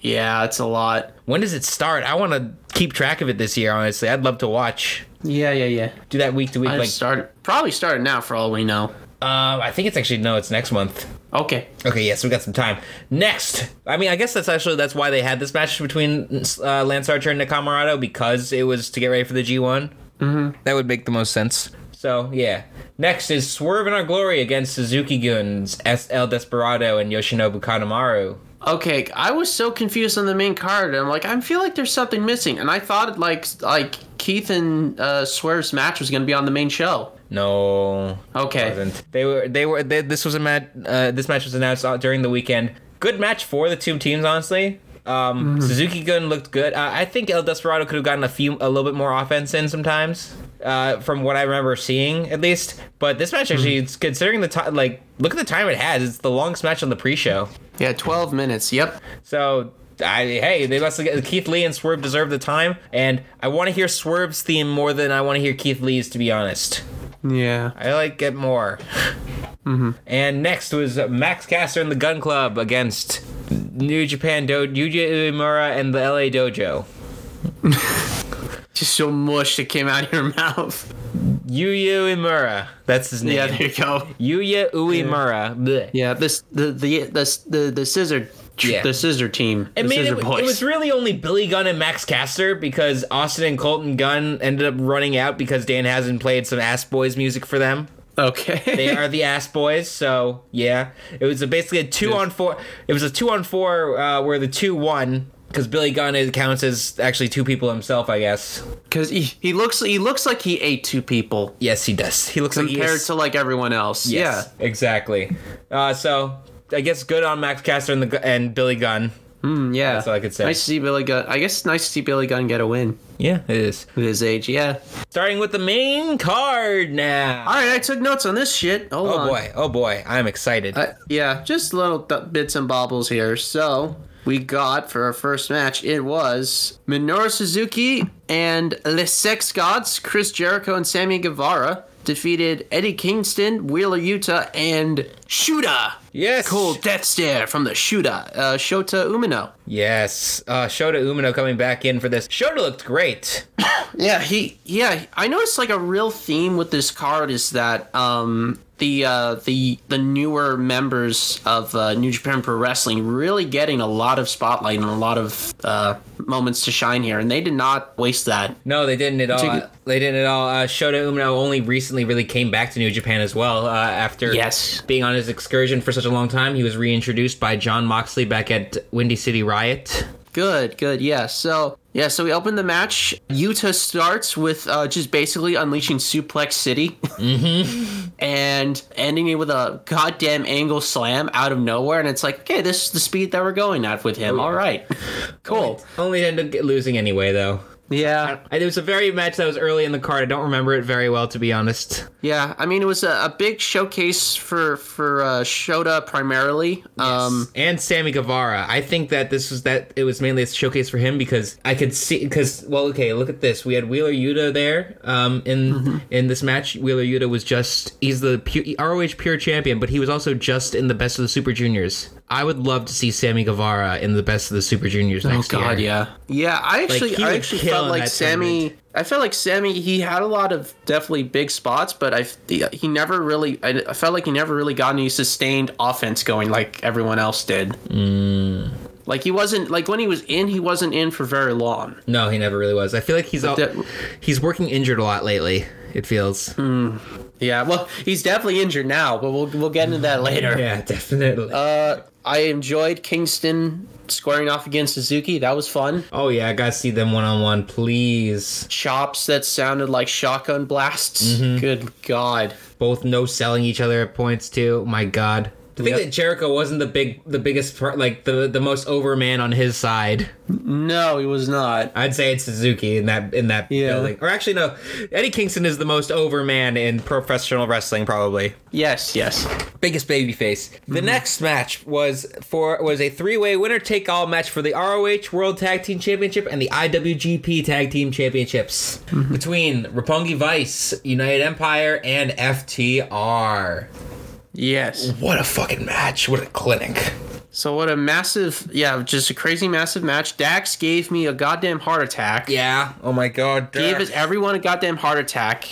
Yeah, it's a lot.
When does it start? I want to keep track of it this year. Honestly, I'd love to watch.
Yeah, yeah, yeah.
Do that week to week.
I
Like,
started probably started now for all we know.
um, I think it's actually no, it's next month.
Okay.
Okay, yes, we got some time. Next, I mean, I guess that's actually that's why they had this match between uh, Lance Archer and Nakamarado because it was to get ready for the G one. Mm-hmm. That would make the most sense. So yeah. Next is Swerve in Our Glory against Suzuki Guns, S El Desperado, and Yoshinobu Kanemaru.
Okay, I was so confused on the main card. I'm like, I feel like there's something missing, and I thought like like Keith and uh, Swerve's match was gonna be on the main show.
No,
Okay.
wasn't. They were. They were. They, this was a match. Uh, this match was announced uh, during the weekend. Good match for the two teams, honestly. Um, Suzuki Gun looked good. Uh, I think El Desperado could have gotten a few, a little bit more offense in sometimes, uh, from what I remember seeing at least. But this match actually, it's considering the time, like look at the time it has. It's the longest match on the pre-show.
Yeah, 12 minutes. Yep.
So. I, hey, they must have, Keith Lee and Swerve deserve the time, and I want to hear Swerve's theme more than I want to hear Keith Lee's. To be honest,
Yeah.
I like it more. Mm-hmm. And next was Max Caster and the Gun Club against New Japan Dojo, Yuji Uemura and the LA Dojo.
Just so mush that came out of your (laughs) mouth.
Yuya Uemura, that's his name.
Yeah, there you go.
Yuya Uemura. bleh.
Yeah, this the the this the the scissor tr-
Yeah.
the Scissor Team,
I
the
mean,
Scissor
it, w-
Boys.
it was really only Billy Gunn and Max Caster because Austin and Colton Gunn ended up running out because Dan hasn't played some Ass Boys music for them.
okay.
They
(laughs)
are the Ass Boys, so yeah, it was a, basically a two on four. It was a two on four uh, where the two won because Billy Gunn is, counts as actually two people himself, I guess.
Because he, he looks he looks like he ate two people
Yes, he does. He looks like he
compared
is-
to like everyone else.
Yes, exactly. Uh, so I guess good on Max Caster and the Gu- and Billy Gunn.
Yeah. Mm, yeah.
That's all I could say.
Nice to see Billy Gunn. I guess it's nice to see Billy Gunn get a win
Yeah, it is.
at his age. Yeah.
Starting with the main card now.
All right, I took notes on this shit. Hold
Oh
on.
boy, oh boy, I'm excited.
Uh, yeah, just little th- bits and bobbles here. So we got for our first match, it was Minoru Suzuki and Les Sex Gods, Chris Jericho and Sammy Guevara defeated Eddie Kingston, Wheeler Yuta, and Shuda.
yes.
Cool death stare from the Shuda, uh, Shota Umino.
Yes. Uh, Shota Umino coming back in for this. Shota looked great.
Yeah, he yeah, I noticed like a real theme with this card is that um the uh the the newer members of uh, New Japan Pro Wrestling really getting a lot of spotlight and a lot of uh moments to shine here and they did not waste that.
No, they didn't at all.
Particu-
they didn't at all. Uh, Shota Umino only recently really came back to New Japan as well. Uh, after
Yes.
being on his excursion for such a long time, he was reintroduced by John Moxley back at Windy City Riot.
Good, good. Yeah. So, yeah, so we open the match. Utah starts with uh, just basically unleashing Suplex City. Mm-hmm. (laughs) and ending it with a goddamn angle slam out of nowhere. And it's like, okay, this is the speed that we're going at with him. All (laughs) right. cool.
Only ended up get- losing anyway, though.
Yeah.
And It was a very match that was early in the card. I don't remember it very well, to be honest.
Yeah. I mean, it was a, a big showcase for, for uh, Shota primarily. Um,
and Sammy Guevara. I think that this was that it was mainly a showcase for him because I could see because well, okay, look at this. We had Wheeler Yuta there um, in
Mm-hmm.
in this match. Wheeler Yuta was just he's the pure, ROH Pure Champion, but he was also just in the Best of the Super Juniors. I would love to see Sammy Guevara in the Best of the Super Juniors
Oh
next
god,
year.
yeah. Yeah, I actually
he
I
would
actually
kill
felt
in
like
that
Sammy
tournament.
I felt like Sammy he had a lot of definitely big spots, but I f- he never really I, I felt like he never really got any sustained offense going like everyone else did.
Mm.
Like he wasn't like when he was in, he wasn't in for very long.
No, he never really was. I feel like he's all,
that- Mm.
he's working injured a lot lately. It feels.
Yeah, well, he's definitely injured now, but we'll we'll get into that later.
Yeah, (laughs) definitely.
Uh, I enjoyed Kingston squaring off against Suzuki. That was fun.
oh yeah, I gotta see them one on one, please.
Chops that sounded like shotgun blasts.
Mm-hmm.
Good god.
both no selling each other at points too. My God, to think that Jericho wasn't the big, the biggest, pro- like the the most over man on his side.
No, he was not.
I'd say it's Suzuki in that in that
Yeah.
building. Or actually, no, Eddie Kingston is the most over man in professional wrestling, probably
Yes, yes.
biggest baby face. The next match was for was a three way winner take all match for the ROH World Tag Team Championship and the IWGP Tag Team Championships between Roppongi Vice, United Empire, and FTR.
Yes.
What a fucking match. What a clinic.
So what a massive, yeah, just a crazy massive match. Dax gave me a goddamn heart attack.
Yeah. Oh my god.
Gave
Dirk.
us everyone a goddamn heart attack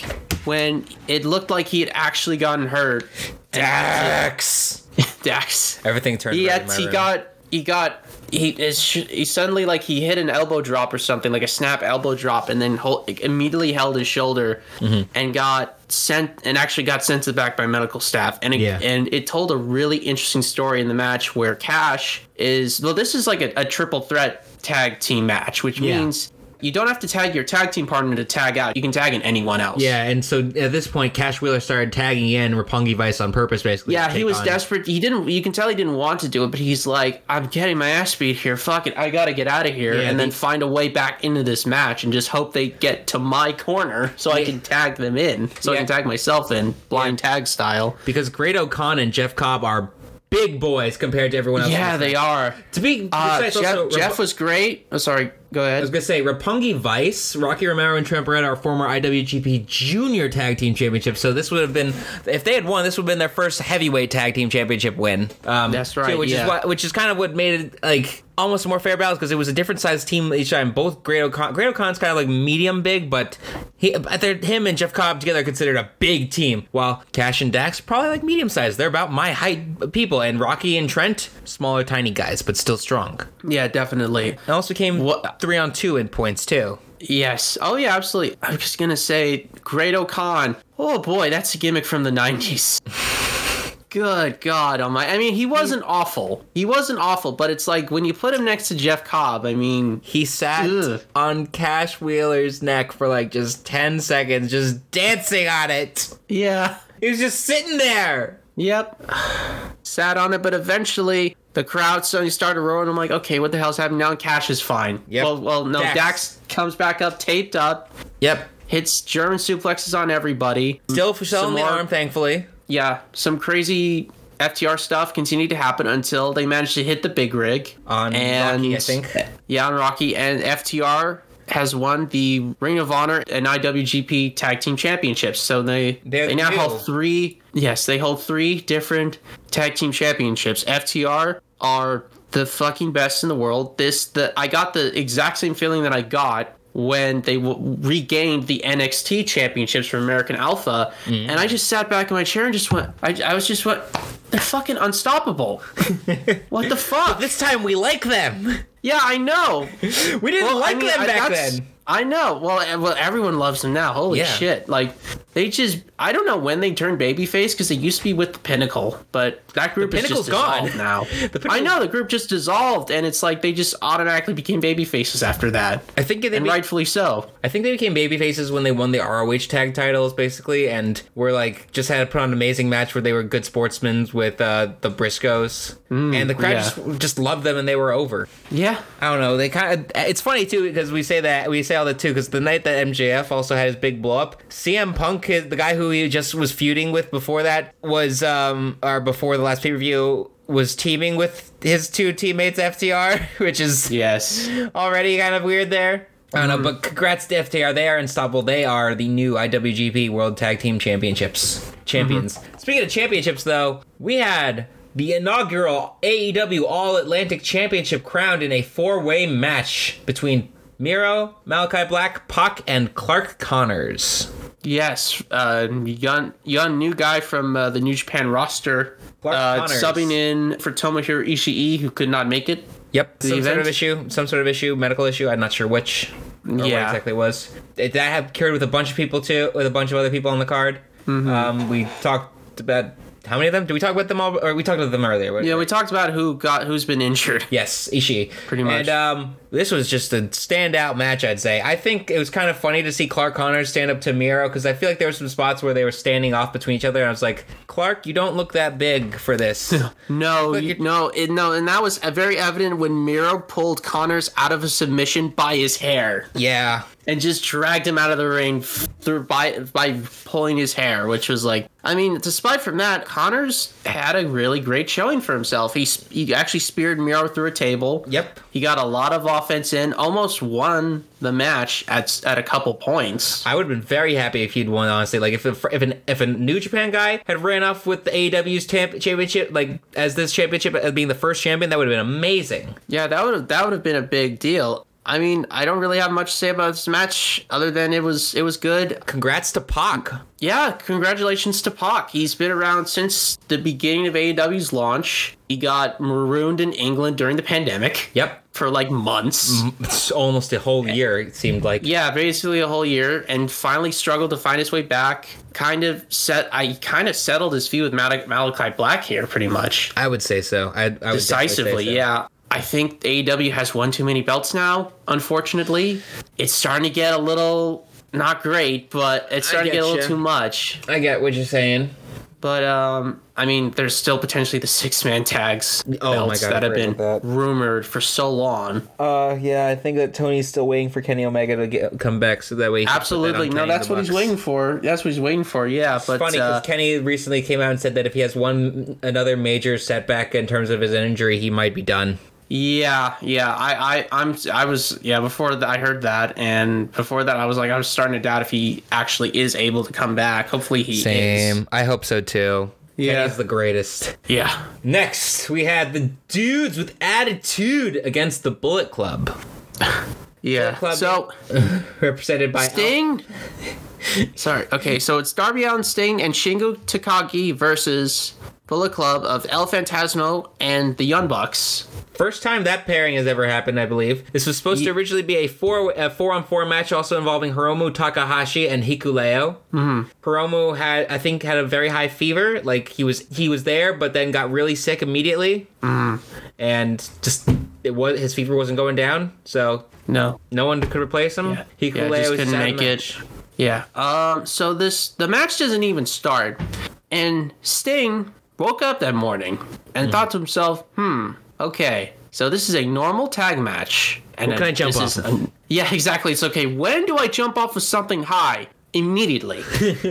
when it looked like he had actually gotten hurt. (laughs)
Dax.
Dax.
Everything turned
He
red in
had,
my
he
room.
got he got he is he suddenly like he hit an elbow drop or something like a snap elbow drop and then hold, immediately held his shoulder
Mm-hmm.
and got sent and actually got sent to the back by medical staff and it,
Yeah.
and it told a really interesting story in the match where Cash is well this is like a, a triple threat tag team match which
Yeah.
means you don't have to tag your tag team partner to tag out you can tag in anyone else
Yeah, and so at this point, Cash Wheeler started tagging in Rapungi Vice on purpose, basically. to
Yeah, he
take
was
on-
desperate. He didn't. You can tell he didn't want to do it, but he's like, "I'm getting my ass beat here. Fuck it, I gotta get out of here,
Yeah,
and then
the-
find a way back into this match, and just hope they get to my corner so I
Yeah.
can tag them in, so I
Yeah.
can tag myself in, blind tag style."
Because Great O'Con and Jeff Cobb are big boys compared to everyone else.
Yeah, they are.
To be
Uh,
precise,
Jeff,
also,
Jeff was great. Oh, sorry, Go
I was
ahead.
gonna say Rapungi Vice, Rocky Romero, and Trent Barretta are former IWGP Junior Tag Team Championship. So this would have been, if they had won, this would have been their first heavyweight Tag Team Championship win. Um,
That's right,
which
yeah.
is why, which is kind of what made it like almost a more fair balance because it was a different sized team each time. Both Great O'Con, Great O'Con's kind of like medium big, but he, but they're- him and Jeff Cobb together are considered a big team. While Cash and Dax probably like medium sized. They're about my height people, and Rocky and Trent smaller, tiny guys, but still strong.
Yeah, definitely.
And also came
What-
three on two in points too.
Yes. Oh yeah, absolutely. I was gonna say Great O'Con. Oh boy, that's a gimmick from the nineties. (laughs) Good God Almighty! I mean, he wasn't awful. He wasn't awful, but it's like when you put him next to Jeff Cobb. I mean,
He sat
Ugh.
on Cash Wheeler's neck for like just ten seconds, just dancing on it.
yeah,
He was just sitting there.
yep. (sighs) Sat on it, but eventually the crowd suddenly started roaring. I'm like, okay, what the hell's happening now? And Cash is fine.
Yep.
Well, well, no.
Dax.
Dax comes back up, taped up,
Yep.
hits German suplexes on everybody.
Still selling the
more-
arm, thankfully.
yeah, some crazy FTR stuff continued to happen until they managed to hit the big rig
On Rocky, I think.
Yeah, on Rocky and FTR has won the Ring of Honor and IWGP Tag Team Championships. So they
They're
they now
new.
hold three. Yes, they hold three different tag team championships. FTR are the fucking best in the world. This the I got the exact same feeling that I got when they w- regained the NXT championships from American Alpha, and I just sat back in my chair and just went. I, I was just went. They're fucking unstoppable. what the fuck?
This time we like them. (laughs)
Yeah, I know.
We didn't
Well,
like
I mean,
them
I-
back
that's-
then.
I know. Well, e- well, everyone loves them now. Holy
Yeah.
shit! Like they just—I don't know when they turned babyface because they used to be with the Pinnacle, but that group is
Pinnacle's
just
gone.
dissolved now.
(laughs) The
I
Pinnacle-
know the group just dissolved, and it's like they just automatically became babyfaces after that,
I think they
and
be-
rightfully so.
I think they became baby faces when they won the ROH tag titles, basically, and were like just had to put on an amazing match where they were good sportsmen with uh, the Briscoes, and the crowd
Mm, yeah.
just, just loved them, and they were over.
Yeah,
I don't know. They kind of. It's funny too because we say that we say all that too because the night that MJF also had his big blow up, CM Punk, his, the guy who he just was feuding with before that was um or before the last pay per view was teaming with his two teammates FTR, (laughs) which is
yes,
already kind of weird there. I don't know, but congrats to FTR. They are unstoppable. They are the new IWGP World Tag Team Championships champions. Speaking of championships, though, we had the inaugural AEW All Atlantic Championship crowned in a four-way match between Miro, Malachi Black, Pac, and Clark Connors.
yes. Uh, young, young new guy from uh, the New Japan roster,
Clark
uh,
Connors.
subbing in for Tomohiro Ishii, who could not make it.
Yep, some sort
event?
of issue, some sort of issue, medical issue. I'm not sure which. Or what
Yeah.
exactly it was. It, that had cured with a bunch of people too, with a bunch of other people on the card.
Mm-hmm.
Um, we talked about how many of them? Did we talk about them all? Or we talked about them earlier? right?
Yeah, we talked about who got who's been injured.
Yes, Ishii. Pretty
much.
And um, this was just a standout match, I'd say. I think it was kind of funny to see Clark Connors stand up to Miro because I feel like there were some spots where they were standing off between each other, and I was like, Clark, you don't look that big for
(laughs)
this.
No, you,
you're-
no, it, no, and that was uh, very evident when Miro pulled Connors out of a submission by his hair
yeah.
and just dragged him out of the ring f- through by by pulling his hair, which was like, I mean, despite from that, Connors had a really great showing for himself. He s- he actually speared Miro through a table.
Yep.
he got a lot of offense in, almost won the match at s- at a couple points.
I would have been very happy if he'd won. Honestly, like if a, if an if a New Japan guy had ran off with the AEW's champ, championship, like as this championship as being the first champion, that would have been amazing.
Yeah, that would have that would have been a big deal. I mean, I don't really have much to say about this match other than it was it was good.
Congrats to Pac.
Yeah, congratulations to Pac. He's been around since the beginning of AEW's launch. He got marooned in England during the pandemic
Yep,
for like months.
it's almost a whole year. It seemed like.
Yeah, basically a whole year, and finally struggled to find his way back. Kind of set, I kind of settled his feud with Mal- Malachi Black here, pretty much
I would say so. I, I would definitely say
decisively.
so.
Yeah, I think AEW has one too many belts now. Unfortunately, it's starting to get a little not great, but it's starting to get a little
getcha.
too much.
I get what you're saying.
But um, I mean, there's still potentially the six man tags
Oh my
belts
God, I
that have
agree
been
with that.
rumored for so long.
Uh, yeah, I think that Tony's still waiting for Kenny Omega to get, come back, so that way. He can put that
Absolutely,
on
no,
Kenny
that's
the
what he's
Bucks.
waiting for. That's what he's waiting for. Yeah, but
funny
uh,
because Kenny recently came out and said that if he has one another major setback in terms of his injury, he might be done.
Yeah, yeah. I, I, I'm, I was, yeah. Before that, I heard that, and before that, I was like, I was starting to doubt if he actually is able to come back. Hopefully, he is.
Same. I hope so too.
Yeah.
Kenny's the greatest.
Yeah.
Next, we had the dudes with attitude against the Bullet Club,
Yeah.
Club-
So
represented by Al-
Sting. (laughs) Sorry. Okay, so it's Darby Allin, Sting, and Shingo Takagi versus Bullet Club of El Fantasmo and the Young Bucks.
First time that pairing has ever happened, I believe. This was supposed to originally be a four a four on four match, also involving Hiromu Takahashi and Hikuleo. Mm-hmm. Hiromu had, I think, had a very high fever. Like he was he was there, but then got really sick immediately, and just it was his fever wasn't going down, so
No.
no one could replace him.
Yeah,
Hikuleo
just
was
couldn't
out of
make
the
it.
match.
Yeah. Um. So this the match doesn't even start, and Sting woke up that morning and thought to himself, "Hmm, okay, so this is a normal tag match, and
What can I jump
this
off
is
of?"
a- yeah, (laughs) exactly. It's okay. When do I jump off of something high?"
(laughs)
Immediately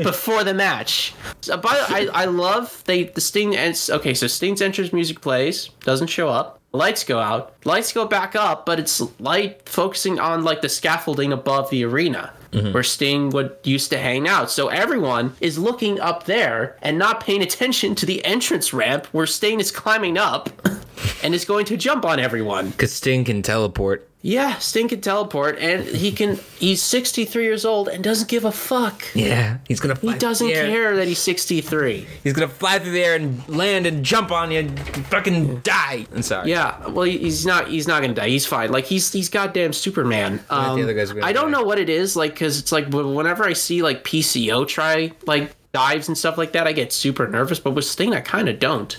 before the match. So, by the, I, I love they the Sting and okay, so Sting's entrance music plays, doesn't show up. Lights go out. Lights go back up, but it's light focusing on like the scaffolding above the arena
Mm-hmm.
where Sting would used to hang out. So everyone is looking up there and not paying attention to the entrance ramp where Sting is climbing up (laughs) and is going to jump on everyone.
Cause Sting can teleport.
Yeah, Sting can teleport and he can he's 63 years old and doesn't give a fuck.
Yeah, he's gonna. Fly
He doesn't care that he's 63.
He's gonna fly through the air and land and jump on you, and fucking die. I'm sorry.
Yeah, well, he's not. He's not gonna die. He's fine. Like he's he's goddamn Superman.
the
Um,
other guy's gonna
I don't
die.
know what it is like because it's like wh- whenever I see like PCO try like dives and stuff like that, I get super nervous. But with Sting, I kind of don't,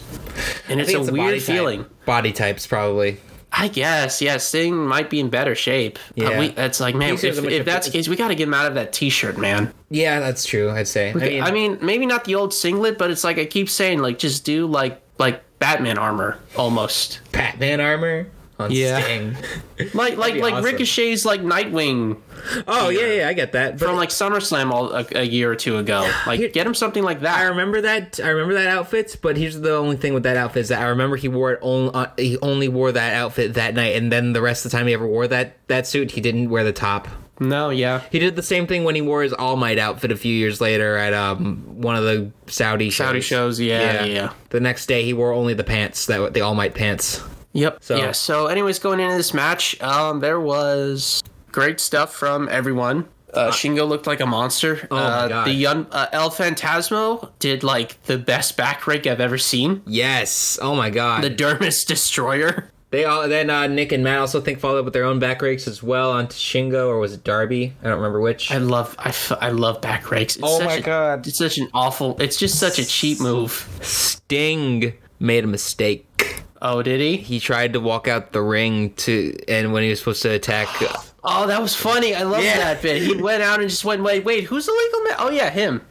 and it's a weird feeling.
Body types probably.
I guess yeah, Sting might be in better shape. Yeah,
Yeah.
we, that's like man, if,
PCO is a much
if that's the
different-
case, we got to get him out of that T-shirt, man.
Yeah, that's true. I'd say.
Okay, I mean, maybe not the old singlet, but it's like I keep saying, like just do like like Batman armor almost.
Batman armor on
Yeah.
Sting.
(laughs) Like like
be
like
awesome.
Ricochet's like Nightwing
Oh yeah, yeah, I get that. But
from like SummerSlam all, a, a year or two ago. Like get him something like
I
that.
remember that. I remember that outfit. But here's the only thing with that outfit is that I remember he wore it only. Uh, he only wore that outfit that night, and then the rest of the time he ever wore that that suit, he didn't wear the top.
No, yeah.
He did the same thing when he wore his All Might outfit a few years later at um one of the Saudi shows.
Howdy shows, yeah, yeah. yeah.
The next day he wore only the pants that the All Might pants.
Yep.
So-
Yeah. So anyways, going into this match, um, there was great stuff from everyone. Uh, Shingo looked like a monster.
oh my
uh,
God.
The young uh, El Fantasmo did like the best back rake I've ever seen.
Yes. Oh my God.
The Dermis Destroyer.
They all then uh, Nick and Matt also think followed up with their own back rakes as well onto Shingo or was it Darby? I don't remember which.
I love I, f- I love back rakes. It's
Oh
such
my
a-
God.
It's such an awful. It's just such a cheap move.
Sting made a mistake.
Oh, did he?
He tried to walk out the ring to, and when he was supposed to attack,
Oh, that was funny. I love
Yeah.
that bit. He
(laughs)
went out and just went, wait, wait, who's the legal man? Oh, yeah, him.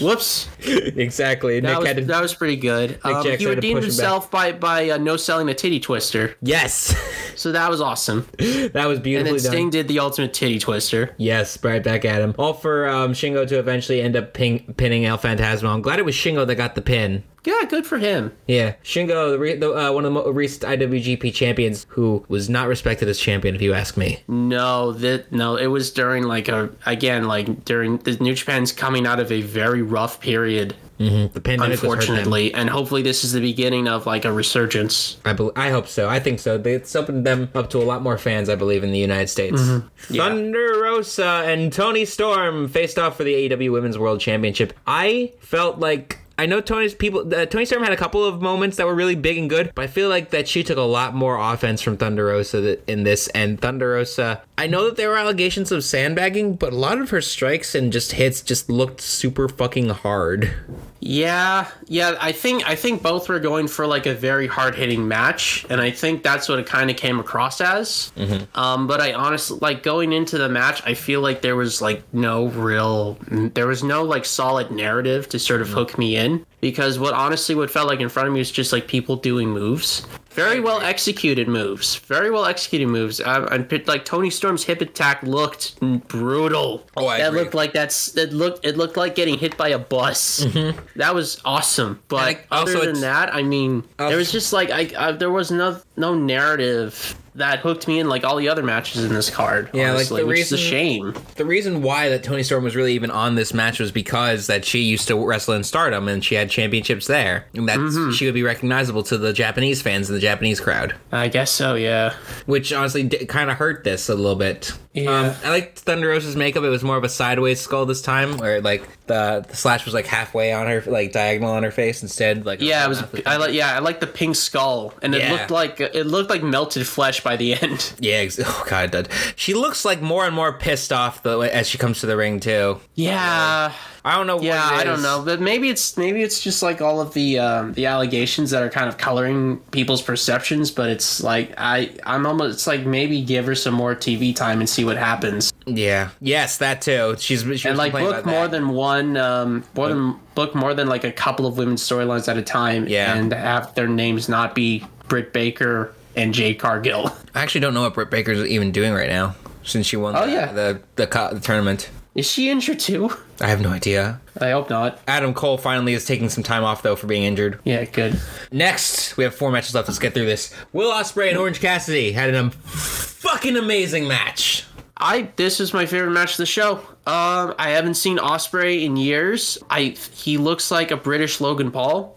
Whoops.
(gasps) exactly.
That
Nick
was,
had to.
that was pretty good.
Jackson
Um, he
had to
redeemed
push him back.
himself by, by uh, no selling a titty twister.
yes, (laughs)
So that was awesome.
that was
And
beautifully
then
done.
Sting did the ultimate titty twister.
Yes, right back at him. All for um, Shingo to eventually end up ping- pinning El Fantasma. I'm glad it was Shingo that got the pin.
Yeah, good for him.
Yeah, Shingo, the re- the, uh, one of the mo- recent IWGP champions, who was not respected as champion, if you ask me.
No, that no, it was during like a again like during the New Japan's coming out of a very rough period,
Mm, The pandemic was hurting them.
unfortunately, and hopefully this is the beginning of like a resurgence.
I, bel I hope so. I think so. They- It's opened them up to a lot more fans, I believe, in the United States. Thunder Rosa and Tony Storm faced off for the AEW Women's World Championship. I felt like. I know Tony's people. Uh, Tony Storm had a couple of moments that were really big and good, but I feel like that she took a lot more offense from Thunder Rosa th- in this. And Thunder Rosa, I know that there were allegations of sandbagging, but a lot of her strikes and just hits just looked super fucking hard.
Yeah, yeah. I think I think both were going for like a very hard hitting match, and I think that's what it kind of came across as.
Mm-hmm.
Um, but I honestly like going into the match, I feel like there was like no real, there was no like solid
Mm-hmm.
narrative to sort of hook me in because what honestly what felt like in front of me was just like people doing moves, Very well executed moves. Very well executed moves. I, I picked, like Tony Storm's hip attack looked brutal.
Oh, I
that
agree.
looked like that's that looked it looked like getting hit by a bus. That was awesome. But
And I- also
other
it's-
than that, I mean, there was just like I, I there was no no narrative that hooked me in like all the other matches in this card.
Yeah, like,
honestly,
the
which
reason-
is a shame.
The reason why that Tony Storm was really even on this match was because that she used to wrestle in Stardom and she had championships there, and that
Mm-hmm.
she would be recognizable to the Japanese fans and the Japanese crowd,
I guess so. Yeah.
which honestly d- kind of hurt this a little bit. Um,
Yeah.
I liked Thunder Rosa's makeup; it was more of a sideways skull this time, where like the, the slash was like halfway on her, like diagonal on her face instead. Like
Yeah, it was.
around the-
I like. Yeah, I like the pink skull, and it
Yeah.
looked like it looked like melted flesh by the end.
Yeah, ex- (laughs) oh god, that- she looks like more and more pissed off the, as she comes to the ring too.
Yeah,
I don't know. what
yeah.
it
I don't
is.
know, but maybe it's maybe it's just like all of the um, the allegations that are kind of coloring people's perceptions. But it's like I I'm almost it's like maybe give her some more TV time and see what happens.
Yeah. Yes, that too. She's she was
And like
complaining
book
about
more
that.
than one um more than book more than like a couple of women's storylines at a time.
Yeah.
and have their names not be Britt Baker and Jay Cargill.
I actually don't know what Britt Baker's even doing right now since she won.
Oh,
the,
yeah.
the the, co- the tournament.
Is she injured too?
I have no idea.
I hope not.
Adam Cole finally is taking some time off though for being injured.
Yeah, good.
Next, we have four matches left. Let's get through this. Will Ospreay and Orange Cassidy had an am- fucking amazing match.
I this is my favorite match of the show. Um, I haven't seen Osprey in years. I he looks like a British Logan Paul,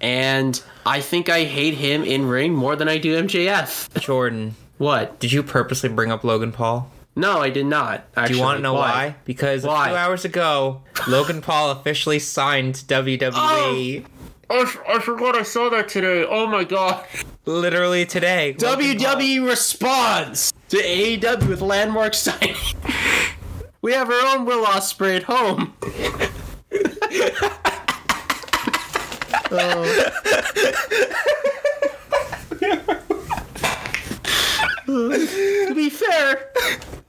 and I think I hate him in ring more than I do MJF.
Jordan,
What?
did you purposely bring up Logan Paul?
No, I did not. Actually,
Do you want to know why? Because a
Why?
few hours ago, Logan Paul officially signed E WWE.
Oh! I, I forgot I saw that today. Oh my god.
Literally today. Logan Paul-
WWE E responds to AEW with landmark signing. we have our own Will Osprey at home. (laughs) Oh. (laughs) to be fair,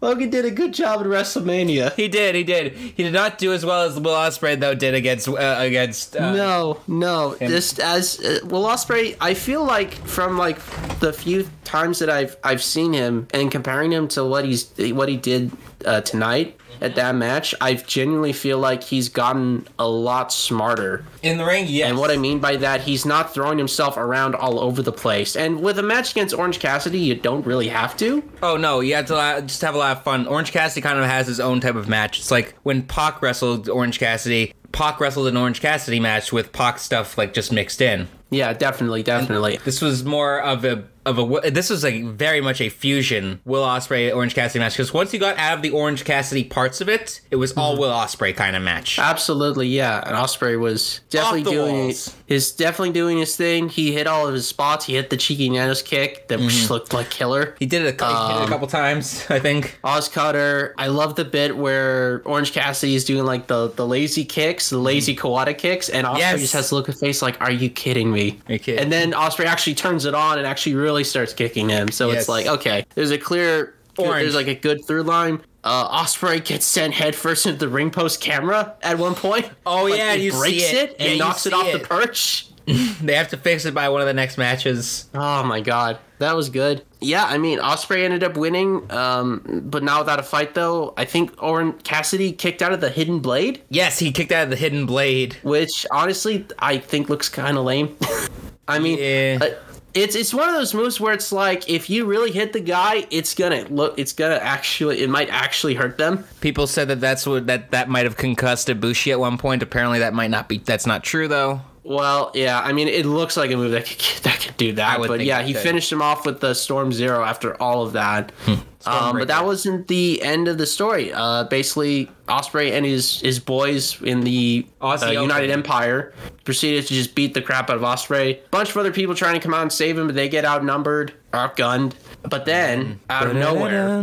Logan did a good job at WrestleMania.
He did. He did. He did not do as well as Will Ospreay though did against uh, against. Uh,
No, no. Just as uh, Will Osprey, I feel like from like the few times that I've I've seen him and comparing him to what he's what he did uh, tonight at that match, I genuinely feel like he's gotten a lot smarter.
In the ring, yes.
And what I mean by that, he's not throwing himself around all over the place. And with a match against Orange Cassidy, you don't really have to.
oh no, you have to la- just have a lot of fun. Orange Cassidy kind of has his own type of match. It's like when Pac wrestled Orange Cassidy. Pac wrestled an Orange Cassidy match with Pac stuff like just mixed in.
Yeah, definitely, definitely.
This was more of a of a this was like very much a fusion Will Osprey Orange Cassidy match because once you got out of the Orange Cassidy parts of it, it was all Will Osprey kind of match.
Ah. Absolutely, yeah. And Osprey was definitely
the
doing
walls.
his definitely doing his thing. He hit all of his spots. He hit the cheeky Nanos kick that just looked like killer.
He did it, a, he did
Um.
it a couple times, I think.
Oz Cutter. I love the bit where Orange Cassidy is doing like the the lazy kicks, the lazy Kawada kicks, and Osprey
Mm. Yes.
just has to look at face like, "Are you kidding me?"
Are you kidding?
And then Osprey actually turns it on and actually really starts kicking him. So
Yes.
it's like, okay, there's a clear,
Orange.
there's like a good through line. Uh, Osprey gets sent headfirst into the ring post camera at one point.
Oh,
Like,
yeah,
he
you see it.
breaks it,
Yeah,
and
you
knocks it
see
off
it.
the perch.
They have to fix it by one of the next matches.
Oh my god, that was good. Yeah, I mean Osprey ended up winning, um, but not without a fight though. I think Orin Cassidy kicked out of the Hidden Blade,
Yes, he kicked out of the hidden blade.
which honestly I think looks kind of lame. (laughs) I mean,
Yeah.
uh, it's it's one of those moves where it's like if you really hit the guy, it's gonna look, it's gonna actually, it might actually hurt them.
People said that that's what that that might have concussed Ibushi at one point. Apparently, that might not be. That's not true though.
Well, yeah, I mean, it looks like a move that could (laughs) that could do
I
that,
would
but
think
yeah,
it
he
could. Hmm.
finished him off with the Storm Zero after all of that. um, but that wasn't the end of the story. Uh, basically, Osprey and his his boys in the uh,
Aussie Open.
United Empire proceeded to just beat the crap out of Osprey. Bunch of other people trying to come out and save him, but they get outnumbered, outgunned. But then, out of nowhere,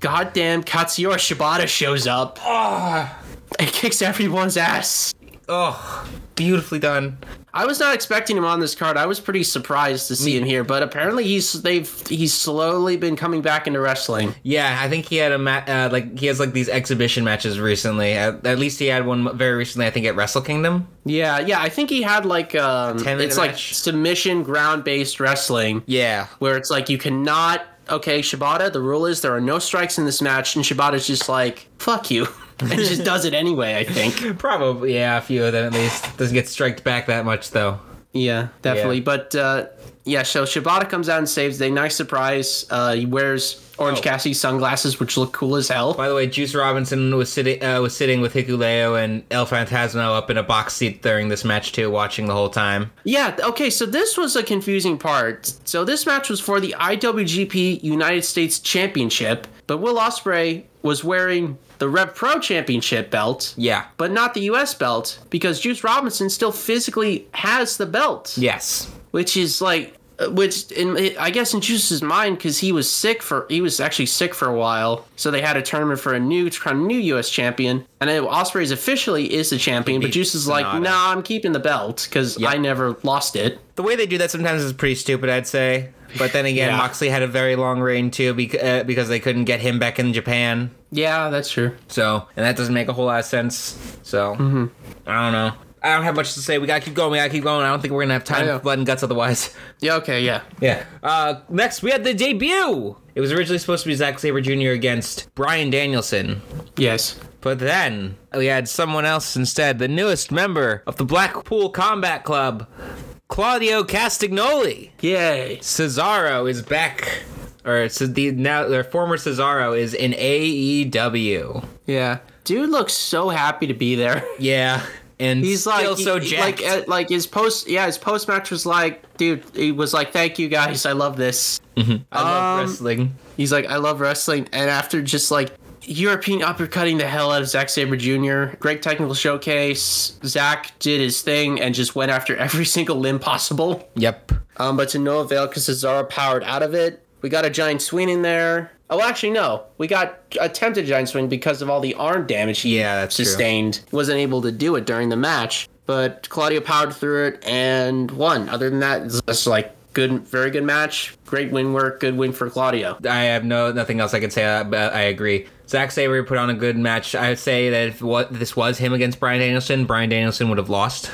goddamn Katsuyori Shibata shows up
Ah.
and kicks everyone's ass.
Oh, beautifully done.
I was not expecting him on this card. I was pretty surprised to see him here, but apparently he's they've he's slowly been coming back into wrestling.
Yeah, I think he had a ma- uh, like he has like these exhibition matches recently. At, at least he had one very recently. I think at Wrestle Kingdom.
Yeah, yeah. I think he had like um,
ten-minute
it's like
match?
submission ground based wrestling
Yeah,
where it's like you cannot. Okay, Shibata. The rule is there are no strikes in this match, and Shibata's just like fuck you, (laughs) and just does it anyway. I think.
probably. (laughs) Yeah, a few of them at least doesn't get striked back that much though.
Yeah, definitely. But uh, yeah, so Shibata comes out and saves. They nice surprise. Uh, he wears Orange
Oh.
Cassidy sunglasses, which look cool as hell.
By the way, Juice Robinson was sitting uh, was sitting with Hikuleo and El Fantasma up in a box seat during this match too, watching the whole time.
Yeah. Okay. So this was a confusing part. So this match was for the IWGP United States Championship, but Will Ospreay was wearing the Rev Pro Championship belt.
Yeah.
But not the U.S. belt because Juice Robinson still physically has the belt.
Yes.
which is like uh, which in it- I guess in Juice's mind because he was sick for he was actually sick for a while, so they had a tournament for a new to crown a new U.S. champion, and then Ospreay's officially is the champion, but
beat
Juice is like,
Sonata.
nah, I'm keeping the belt because I never lost it.
The way they do that sometimes is pretty stupid, I'd say. But then again,
Yeah.
Moxley had a very long reign too bec- uh, because they couldn't get him back in Japan.
Yeah, that's true.
So, and that doesn't make a whole lot of sense. So,
Mm-hmm.
I don't know. I don't have much to say. We gotta keep going. We gotta keep going. I don't think we're gonna have
I
time
know.
for blood and guts otherwise. (laughs)
Yeah. Okay. Yeah.
Yeah. Uh, next, we had the debut. It was originally supposed to be Zack Sabre Jr. against Brian Danielson.
Yes.
But then we had someone else instead, the newest member of the Blackpool Combat Club, Claudio Castagnoli.
Yay.
Cesaro is back. Or so the now their former Cesaro is in E AEW.
Yeah. Dude looks so happy to be there. (laughs)
Yeah. And
He's like,
still so
he-
jacked.
like, uh, like his post, yeah, his post match was like, dude, he was like, thank you guys, I love this.
I love
um,
wrestling.
He's like, I love wrestling. And after just like European uppercutting the hell out of Zack Sabre Jr., great technical showcase. Zack did his thing and just went after (laughs) every single limb possible.
Yep.
Um, but to no avail because Cesaro powered out of it. We got a giant swing in there. Oh, actually, no. We got attempted giant swing because of all the arm damage he
Yeah, that's true.
sustained. Wasn't able to do it during the match. But Claudio powered through it and won. Other than that, it's just like good, very good match. Great win work. Good win for Claudio.
I have no nothing else I can say. uh, But I agree. Zack Sabre put on a good match. I would say that if what this was him against Brian Danielson, Brian Danielson would have lost.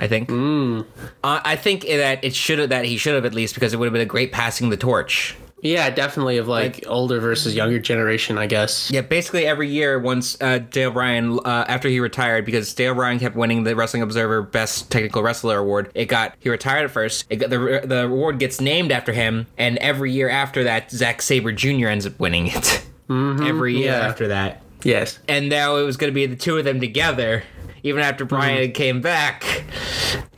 I think.
Mm.
Uh, I think that it should have that he should have at least because it would have been a great passing the torch.
Yeah, definitely of like, older versus younger generation, I guess.
Yeah, basically every year once uh, Dale Ryan, uh, after he retired, because Dale Ryan kept winning the Wrestling Observer Best Technical Wrestler award, it got he retired at first. It got, the the award gets named after him, and every year after that, Zack Saber Jr. ends up winning it. (laughs) every year
yeah.
after that,
Yes.
and now it was going to be the two of them together. Even after
Mm-hmm.
Brian came back,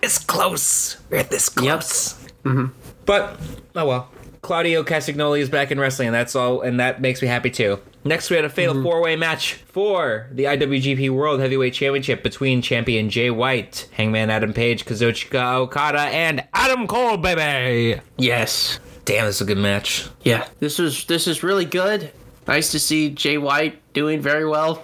it's close. We're this close.
Mm-hmm.
But oh well. Claudio Castagnoli is back in wrestling, and that's all, and that makes me happy too. Next, we had a fatal
Mm-hmm.
four-way match for the IWGP World Heavyweight Championship between champion Jay White, Hangman Adam Page, Kazuchika Okada, and Adam Cole, baby.
Yes.
Damn, this is a good match.
Yeah. This is this is really good. Nice to see Jay White doing very well.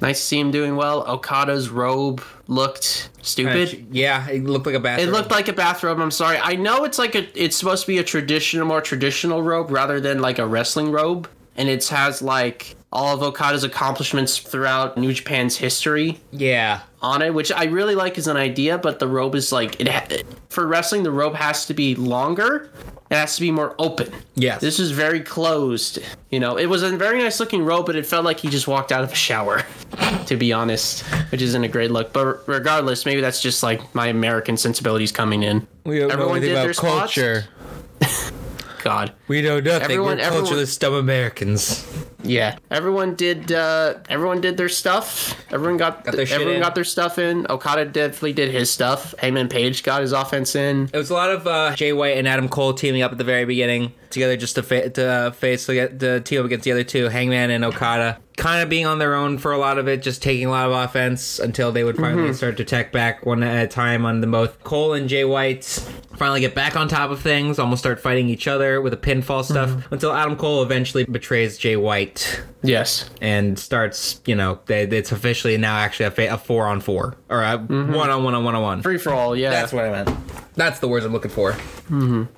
nice to see him doing well. Okada's robe looked stupid.
Yeah, it looked like a bathroom.
it looked like a bathrobe. I'm sorry. I know it's like a. It's supposed to be a traditional, more traditional robe rather than like a wrestling robe, and it has like all of Okada's accomplishments throughout New Japan's history.
yeah.
on it, which I really like as an idea. But the robe is like it ha- for wrestling. The robe has to be longer. It has to be more open.
Yes.
This is very closed. You know, it was a very nice looking robe, but it felt like he just walked out of a shower. (laughs) to be honest, which isn't a great look. But re- regardless, maybe that's just like my American sensibilities coming in.
We don't
Everyone did their spots? God.
We know nothing.
Everyone-
We're
everyone-
cultureless, dumb Americans.
Yeah, everyone did. Uh, everyone did their stuff. Everyone got,
their shit
everyone
in.
got their stuff in. Okada definitely did his stuff. Heyman Page got his offense in.
It was a lot of uh, Jay White and Adam Cole teaming up at the very beginning together, just to, fa- to uh, face the, the team up against the other two, Hangman and Okada, kind of being on their own for a lot of it, just taking a lot of
Mm-hmm.
offense until they would finally start to attack back one at a time on the both Cole and Jay White finally get back on top of things, almost start fighting each other with the pinfall stuff
Mm-hmm.
until Adam Cole eventually betrays Jay White
Yes.
and starts, you know, they- it's officially now actually a, fa- a four on four or a one on one on one on one.
Free for all. Yeah.
Mm-hmm. That's what I meant. Mm-hmm. That's the words I'm looking for.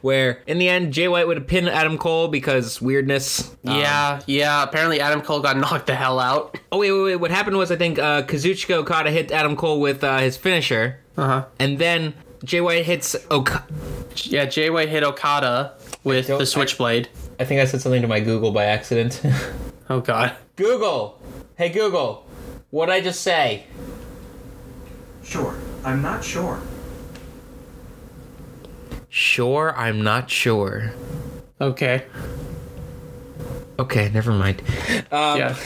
Where in the end, Jay White would pin Adam Cole because weirdness. Um,
yeah. yeah. Apparently, Adam Cole got (laughs) knocked the hell out.
Oh wait, wait, wait. What happened was I think uh, Kazuchika Okada hit Adam Cole with uh, his finisher,
Uh huh.
and then Jay White hits Okada.
Yeah. Jay White hit Okada with
don't- I-
the switchblade.
I think I said something to my Google by accident. (laughs)
oh God.
Google, hey Google, what I just say?
Sure. I'm not sure.
Sure, I'm not sure.
Okay.
Okay, never mind. (laughs) Um,
yeah.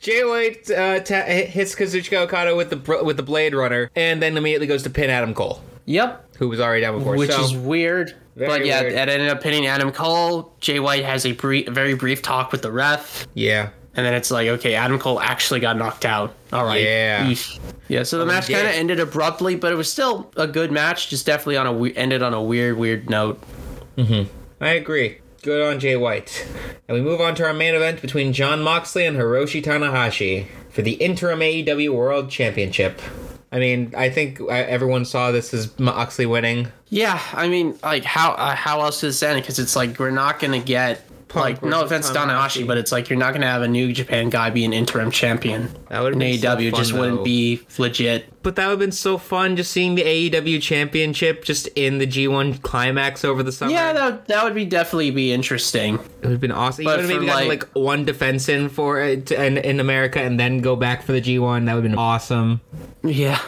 Jay White uh, ta- hits Kazuchika Okada with the br- with the Blade Runner, and then immediately goes to pin Adam Cole,
Yep.
who was already down before.
Which
so,
is weird.
Very
But yeah,
weird.
that ended up pinning Adam Cole. Jay White has a brief, very brief talk with the ref,
yeah,
and then it's like, okay, Adam Cole actually got knocked out. All right.
Yeah. Oh,
Eesh. Yeah. So the match
yeah.
kind of ended abruptly, but it was still a good match. Just definitely on a we- ended on a weird, weird note.
I agree. Good on Jay White. And we move on to our main event between John Moxley and Hiroshi Tanahashi for the interim AEW World Championship. I mean, I think uh, everyone saw this as Moxley winning.
Yeah, I mean, like how uh, how else does this end? Because it's like we're not gonna get like no
versus
offense to Tanahashi,
Tanahashi.
but it's like you're not gonna have a New Japan guy be an interim champion.
That would've
in
been so
AEW.
fun,
just wouldn't
though.
be legit.
But that would have been so fun just seeing the AEW Championship just in the G1 climax over the summer.
Yeah, that that would be definitely be interesting.
It would have been awesome. You
But
would have maybe
for,
gotten
like-
like one defense in for it to- in, in America and then go back for the G1. That would have been awesome.
Yeah.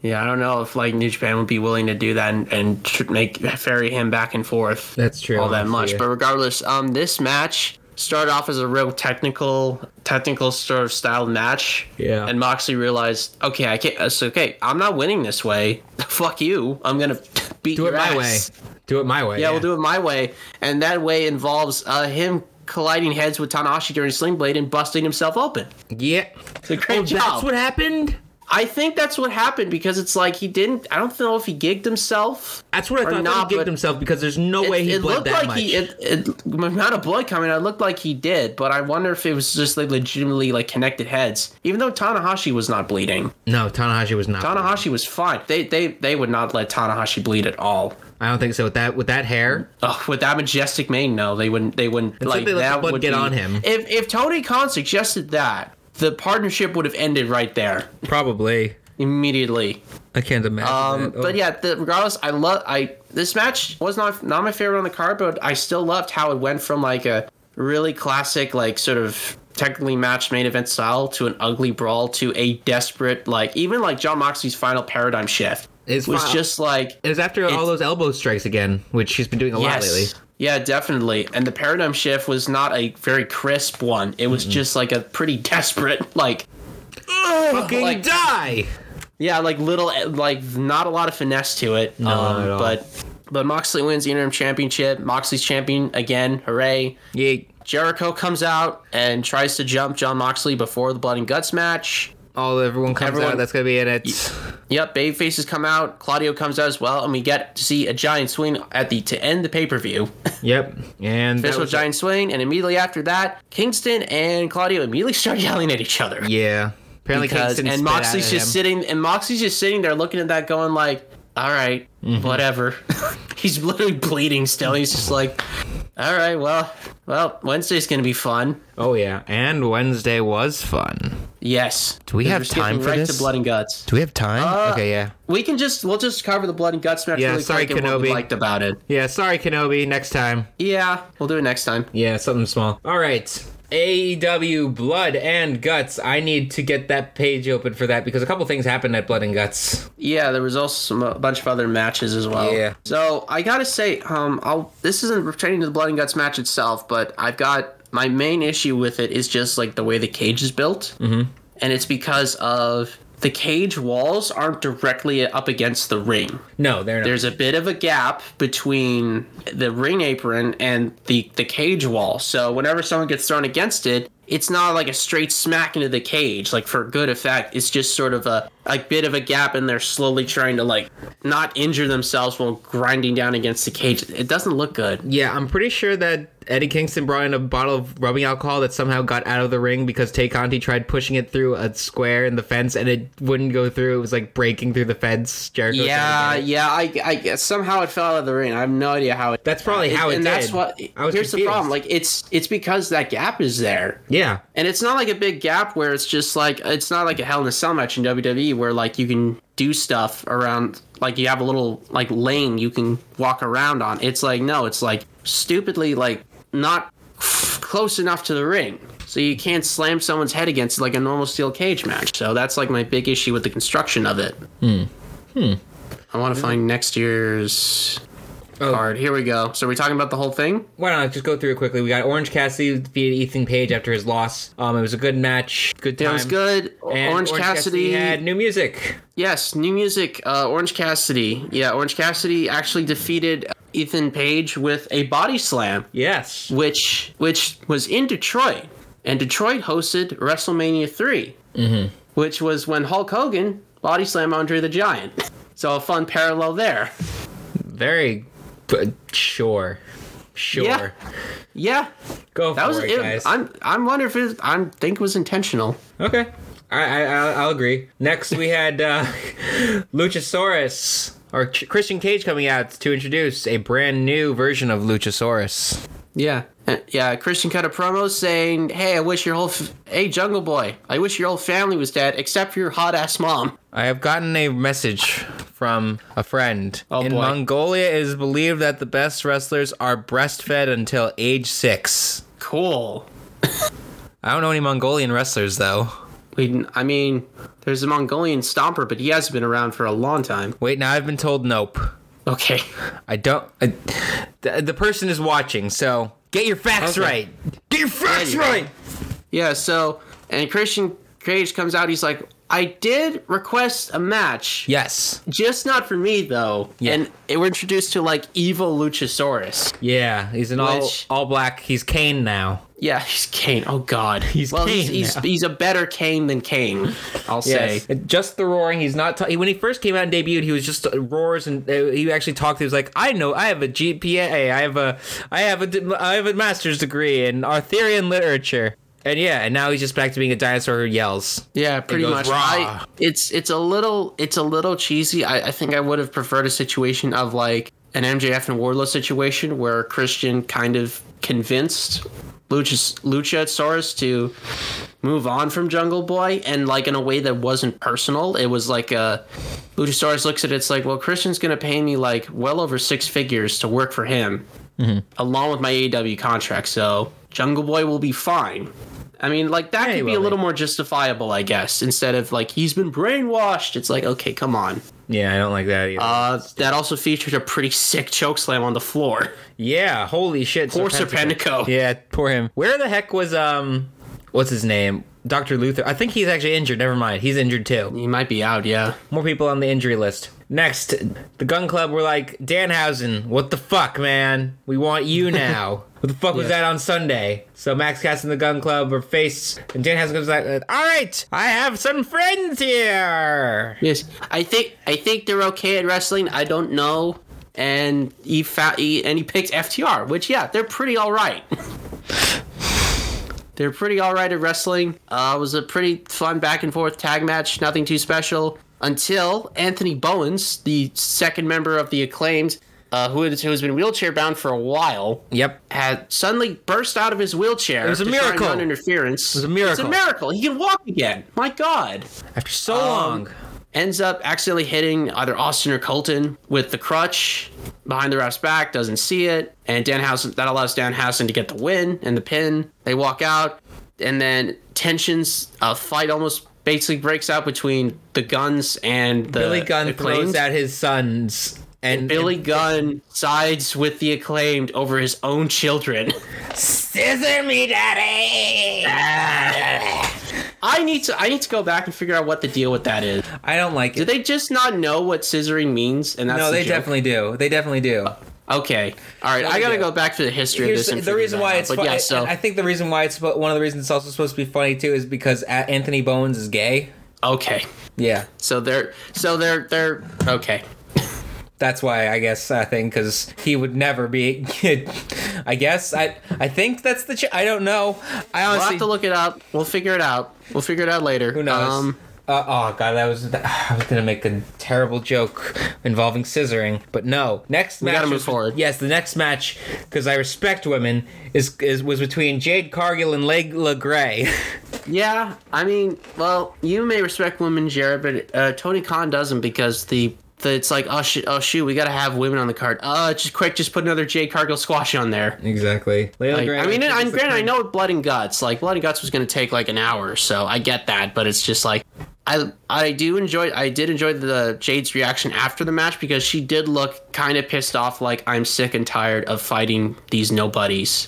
Yeah, I don't know if like New Japan would be willing to do that and, and tr- make ferry him back and forth.
That's true,
All that
honestly,
much,
yeah.
but regardless, um, this match started off as a real technical, technical sort of style match.
Yeah.
And Moxley realized, okay, I can't. It's okay. I'm not winning this way. (laughs) Fuck you. I'm gonna (laughs) beat
Do it
your
my
ass.
way. Do it my way.
Yeah, we'll do it my way, and that way involves uh, him colliding heads with Tanahashi during Sling Blade and busting himself open.
Yeah.
It's a great
Oh,
job.
that's what happened?
I think that's what happened because it's like he didn't. I don't know if he gigged himself.
That's what I
Or
thought.
not,
he gigged
but
himself because there's no way he
it
bled
looked
that
like
much.
he. It, it, the amount of blood coming, out, it looked like he did, but I wonder if it was just like legitimately like connected heads. Even though Tanahashi was not bleeding,
no, Tanahashi was not.
Tanahashi was fine. They they they would not let Tanahashi bleed at all.
I don't think so. With that, with that hair,
Ugh, with that majestic mane, no, they wouldn't. They wouldn't
Until
like
they let the
that
blood
would
get
be-
on him.
If if Tony Khan suggested that, the partnership would have ended right there
probably.
immediately.
I can't imagine.
Um,
that. Oh.
But yeah, the, regardless, I love I this match was not not my favorite on the card, but I still loved how it went from like a really classic like sort of technically match main event style to an ugly brawl to a desperate like even like John Moxley's final paradigm shift
His
was
final-
just like
it was after all those elbow strikes again, which she's been doing a lot lately.
yeah, definitely. And the paradigm shift was not a very crisp one. It was just like a pretty (laughs) desperate, like
Fucking
like-
die!
yeah, like little, eh, like not a lot of finesse to it. No,
not at all.
But but Moxley wins the interim championship. Moxley's champion again. Hooray!
Yeah.
Jericho comes out and tries to jump John Moxley before the blood and guts match.
All everyone comes
Everyone-
out. That's gonna be in it.
Yep, babe faces come out. Claudio comes out as well, and we get to see a giant swing at the to end the pay
(laughs)
per view.
Yep. And that
Official
was-
giant swing, and immediately after that, Kingston and Claudio immediately start (laughs) yelling at each other.
Yeah. Apparently,
because
Kingston
and
spit out
Moxley's
at
just
him.
sitting and Moxley's just sitting there looking at that going like, all right,
Mm-hmm. (laughs)
whatever. he's literally bleeding still. He's just like, all right, well, well, Wednesday's gonna be fun.
Oh yeah. And Wednesday was fun.
Yes. Do
we have time for
right
this?
To blood and guts.
Do we have time?
Uh,
okay. Yeah.
We can just we'll just cover the blood and guts match.
Yeah,
really
sorry,
quick and What we
Kenobi.
liked about it.
Yeah. Sorry, Kenobi. Next time.
Yeah, we'll do it next time.
Yeah, something small. All right. AEW Blood and Guts. I need to get that page open for that because a couple things happened at Blood and Guts.
Yeah, there was also some, a bunch of other matches as well.
Yeah.
So I gotta say, um, I'll this isn't pertaining to the Blood and Guts match itself, but I've got my main issue with it is just like the way the cage is built, mm-hmm. and it's because of the cage walls aren't directly up against the ring.
No, they're not.
There's a bit of a gap between the ring apron and the the cage wall, so whenever someone gets thrown against it, it's not like a straight smack into the cage, like for good effect. It's just sort of a, a bit of a gap, and they're slowly trying to like not injure themselves while grinding down against the cage. It doesn't look good.
Yeah, I'm pretty sure that Eddie Kingston brought in a bottle of rubbing alcohol that somehow got out of the ring because Tay Conti tried pushing it through a square in the fence and it wouldn't go through. It was like breaking through the fence. Jericho. was
yeah,
trying to get it.
yeah. I, I guess somehow it fell out of the ring. I have no idea how it.
That's probably how it
and that's
did.
what.
I was
here's the
confused.
problem. Like it's it's because that gap is there.
yeah.
And it's not like a big gap where it's just like it's not like a Hell in a Cell match in WWE where like you can do stuff around like you have a little like lane you can walk around on. It's like no, it's like stupidly like not close enough to the ring. So you can't slam someone's head against like a normal steel cage match. So that's like my big issue with the construction of it. Hmm. I want to find next year's
Oh.
card. Here we go. So we're talking about the whole thing.
Why don't I just go through it quickly? We got Orange Cassidy defeated Ethan Page after his loss. Um, it was a good match, good time.
It was good.
And
Orange, Cassidy,
had new music.
Yes, new music. Uh, Orange Cassidy. Yeah, Orange Cassidy actually defeated Ethan Page with a body slam,
Yes.
which which was in Detroit, and Detroit hosted WrestleMania 3 mm-hmm. which was when Hulk Hogan body slammed Andre the Giant. So a fun parallel there.
Very.
But sure.
Sure.
Yeah. Yeah,
Go for
that was.
it,
it-
guys.
I'm I'm wondering if it, I think it was intentional.
Okay. I, I I'll, I'll agree. Next we had uh, (laughs) Luchasaurus or Ch- Christian Cage coming out to introduce a brand new version of Luchasaurus.
Yeah. Uh, Yeah, Christian cut a promo saying, "Hey, I wish your whole f- hey Jungle Boy, I wish your whole family was dead except for your hot ass mom."
I have gotten a message from a friend.
Oh,
In
boy.
Mongolia, it is believed that the best wrestlers are breastfed until age six.
Cool.
I don't know any Mongolian wrestlers though.
We, I mean, there's a Mongolian stomper, but he has been around for a long time.
Wait, now I've been told nope.
Okay. (laughs)
I don't. I, the, the person is watching, so get your facts right. Get your facts
Anyway.
right.
Yeah, so, and Christian Cage comes out, he's like, I did request a match,
Yes.
just not for me, though.
Yeah.
And it, we're introduced to, like, evil Luchasaurus.
Yeah, he's an
Which-
all all black. He's Kane now.
Yeah, he's Kane. Oh, God. He's well, he's,
Kane
he's,
now.
he's a better Kane than Kane, I'll say.
And Just the roaring. He's not. Ta- when he first came out and debuted, he was just uh, roars and uh, he actually talked. He was like, "I know. I have a GPA. I have a. I have a. di- I have a master's degree in Arthurian literature." And yeah, and now he's just back to being a dinosaur who yells.
Yeah, pretty
goes
much.
raw.
I, it's it's a little it's a little cheesy. I, I think I would have preferred a situation of like an MJF and Wardlow situation where Christian kind of convinced Luchas, Luchasaurus to move on from Jungle Boy and like in a way that wasn't personal. It was like a Luchasaurus looks at it, it's like, well, Christian's gonna pay me like well over six figures to work for him,
Mm-hmm.
along with my AEW contract. So Jungle Boy will be fine. I mean, like that
Yeah, he
could be
will
a
be.
little more justifiable, I guess. Instead of like he's been brainwashed, it's like okay, come on.
Yeah, I don't like that either.
Uh, that also featured a pretty sick chokeslam on the floor.
yeah, holy shit.
Poor
Serpentico. (laughs)
Serpentico.
Yeah, poor him. Where the heck was um, what's his name? Doctor Luther. I think he's actually injured. Never mind. He's injured too.
He might be out, yeah.
More people on the injury list. Next, the gun club were like, Danhausen, what the fuck, man? We want
(laughs)
you now. what the fuck was that on Sunday? So Max Cass and the gun club were faced, and Danhausen comes out, with, all right, I have some friends here.
Yes, I think I think they're okay at wrestling. I don't know. And he, fa- he and he picked FTR, which yeah, they're pretty all right. (laughs) they're pretty all right at wrestling. Uh, it was a pretty fun back and forth tag match. Nothing too special until Anthony Bowens, the second member of the acclaimed, uh, who has, who has been wheelchair bound for a while,
Yep.
had suddenly burst out of his wheelchair. It
was a miracle.
interference. It
was a
It's
miracle.
a miracle. He can walk again. My God
After
Um,
so long.
ends up accidentally hitting either Austin or Colton with the crutch behind the ref's back, doesn't see it, and Danhausen that allows Danhausen to get the win and the pin. They walk out, and then tensions, a fight almost basically breaks out between the guns and uh, the
Billy Gunn
acclaimed.
throws out his sons. And
Billy Gunn sides with the acclaimed over his own children. (laughs)
scissor me, daddy.
(laughs) I need to I need to go back and figure out what the deal with that is.
I don't like
Do
it.
they just not know what scissoring means? And that's
no,
the
they
joke?
definitely do. They definitely do.
Okay. All right.
No
I got to
idea.
go back to the history
Here's
of
the,
this.
the reason why it's
But
fu-
yeah.
I-
So
I think the reason why it's fu- one of the reasons it's also supposed to be funny too is because A- Anthony Bones is gay.
okay.
Yeah,
So they're so they're they're okay.
that's why I guess I think because he would never be. (laughs) I guess I I think that's the. Ch- I don't know. I
We'll
honestly
have to look it up. We'll figure it out. We'll figure it out later. Um,
Who knows? uh, oh god, that was (sighs) I was gonna make a terrible joke involving scissoring, but no. Next match
gotta move
was-
forward.
Yes, the next match because I respect women is, is was between Jade Cargill and Layla Gray. (laughs)
yeah. I mean, well, you may respect women, Jared, but uh, Tony Khan doesn't because the. the- It's like oh shoot, oh shoot, we gotta have women on the card. Uh, just quick, just put another Jay Cargill squash on there.
exactly, Layla
Like,
Gray.
I mean,
was
I,
the
granted, I know Blood and Guts. Like Blood and Guts was going to take like an hour, or so I get that. But it's just like I I do enjoy. I did enjoy the Jade's reaction after the match because she did look kind of pissed off. Like I'm sick and tired of fighting these nobodies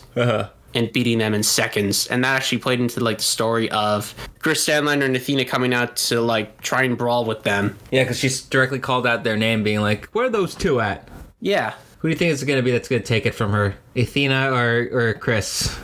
and beating them in seconds. And that actually played into like the story of Chris Stanliner and Athena coming out to like try and brawl with them.
Yeah, because she's directly called out their name, being like, "Where are those two at?
Yeah,
Who do you think it's gonna be that's gonna take it from her, Athena or or Chris?"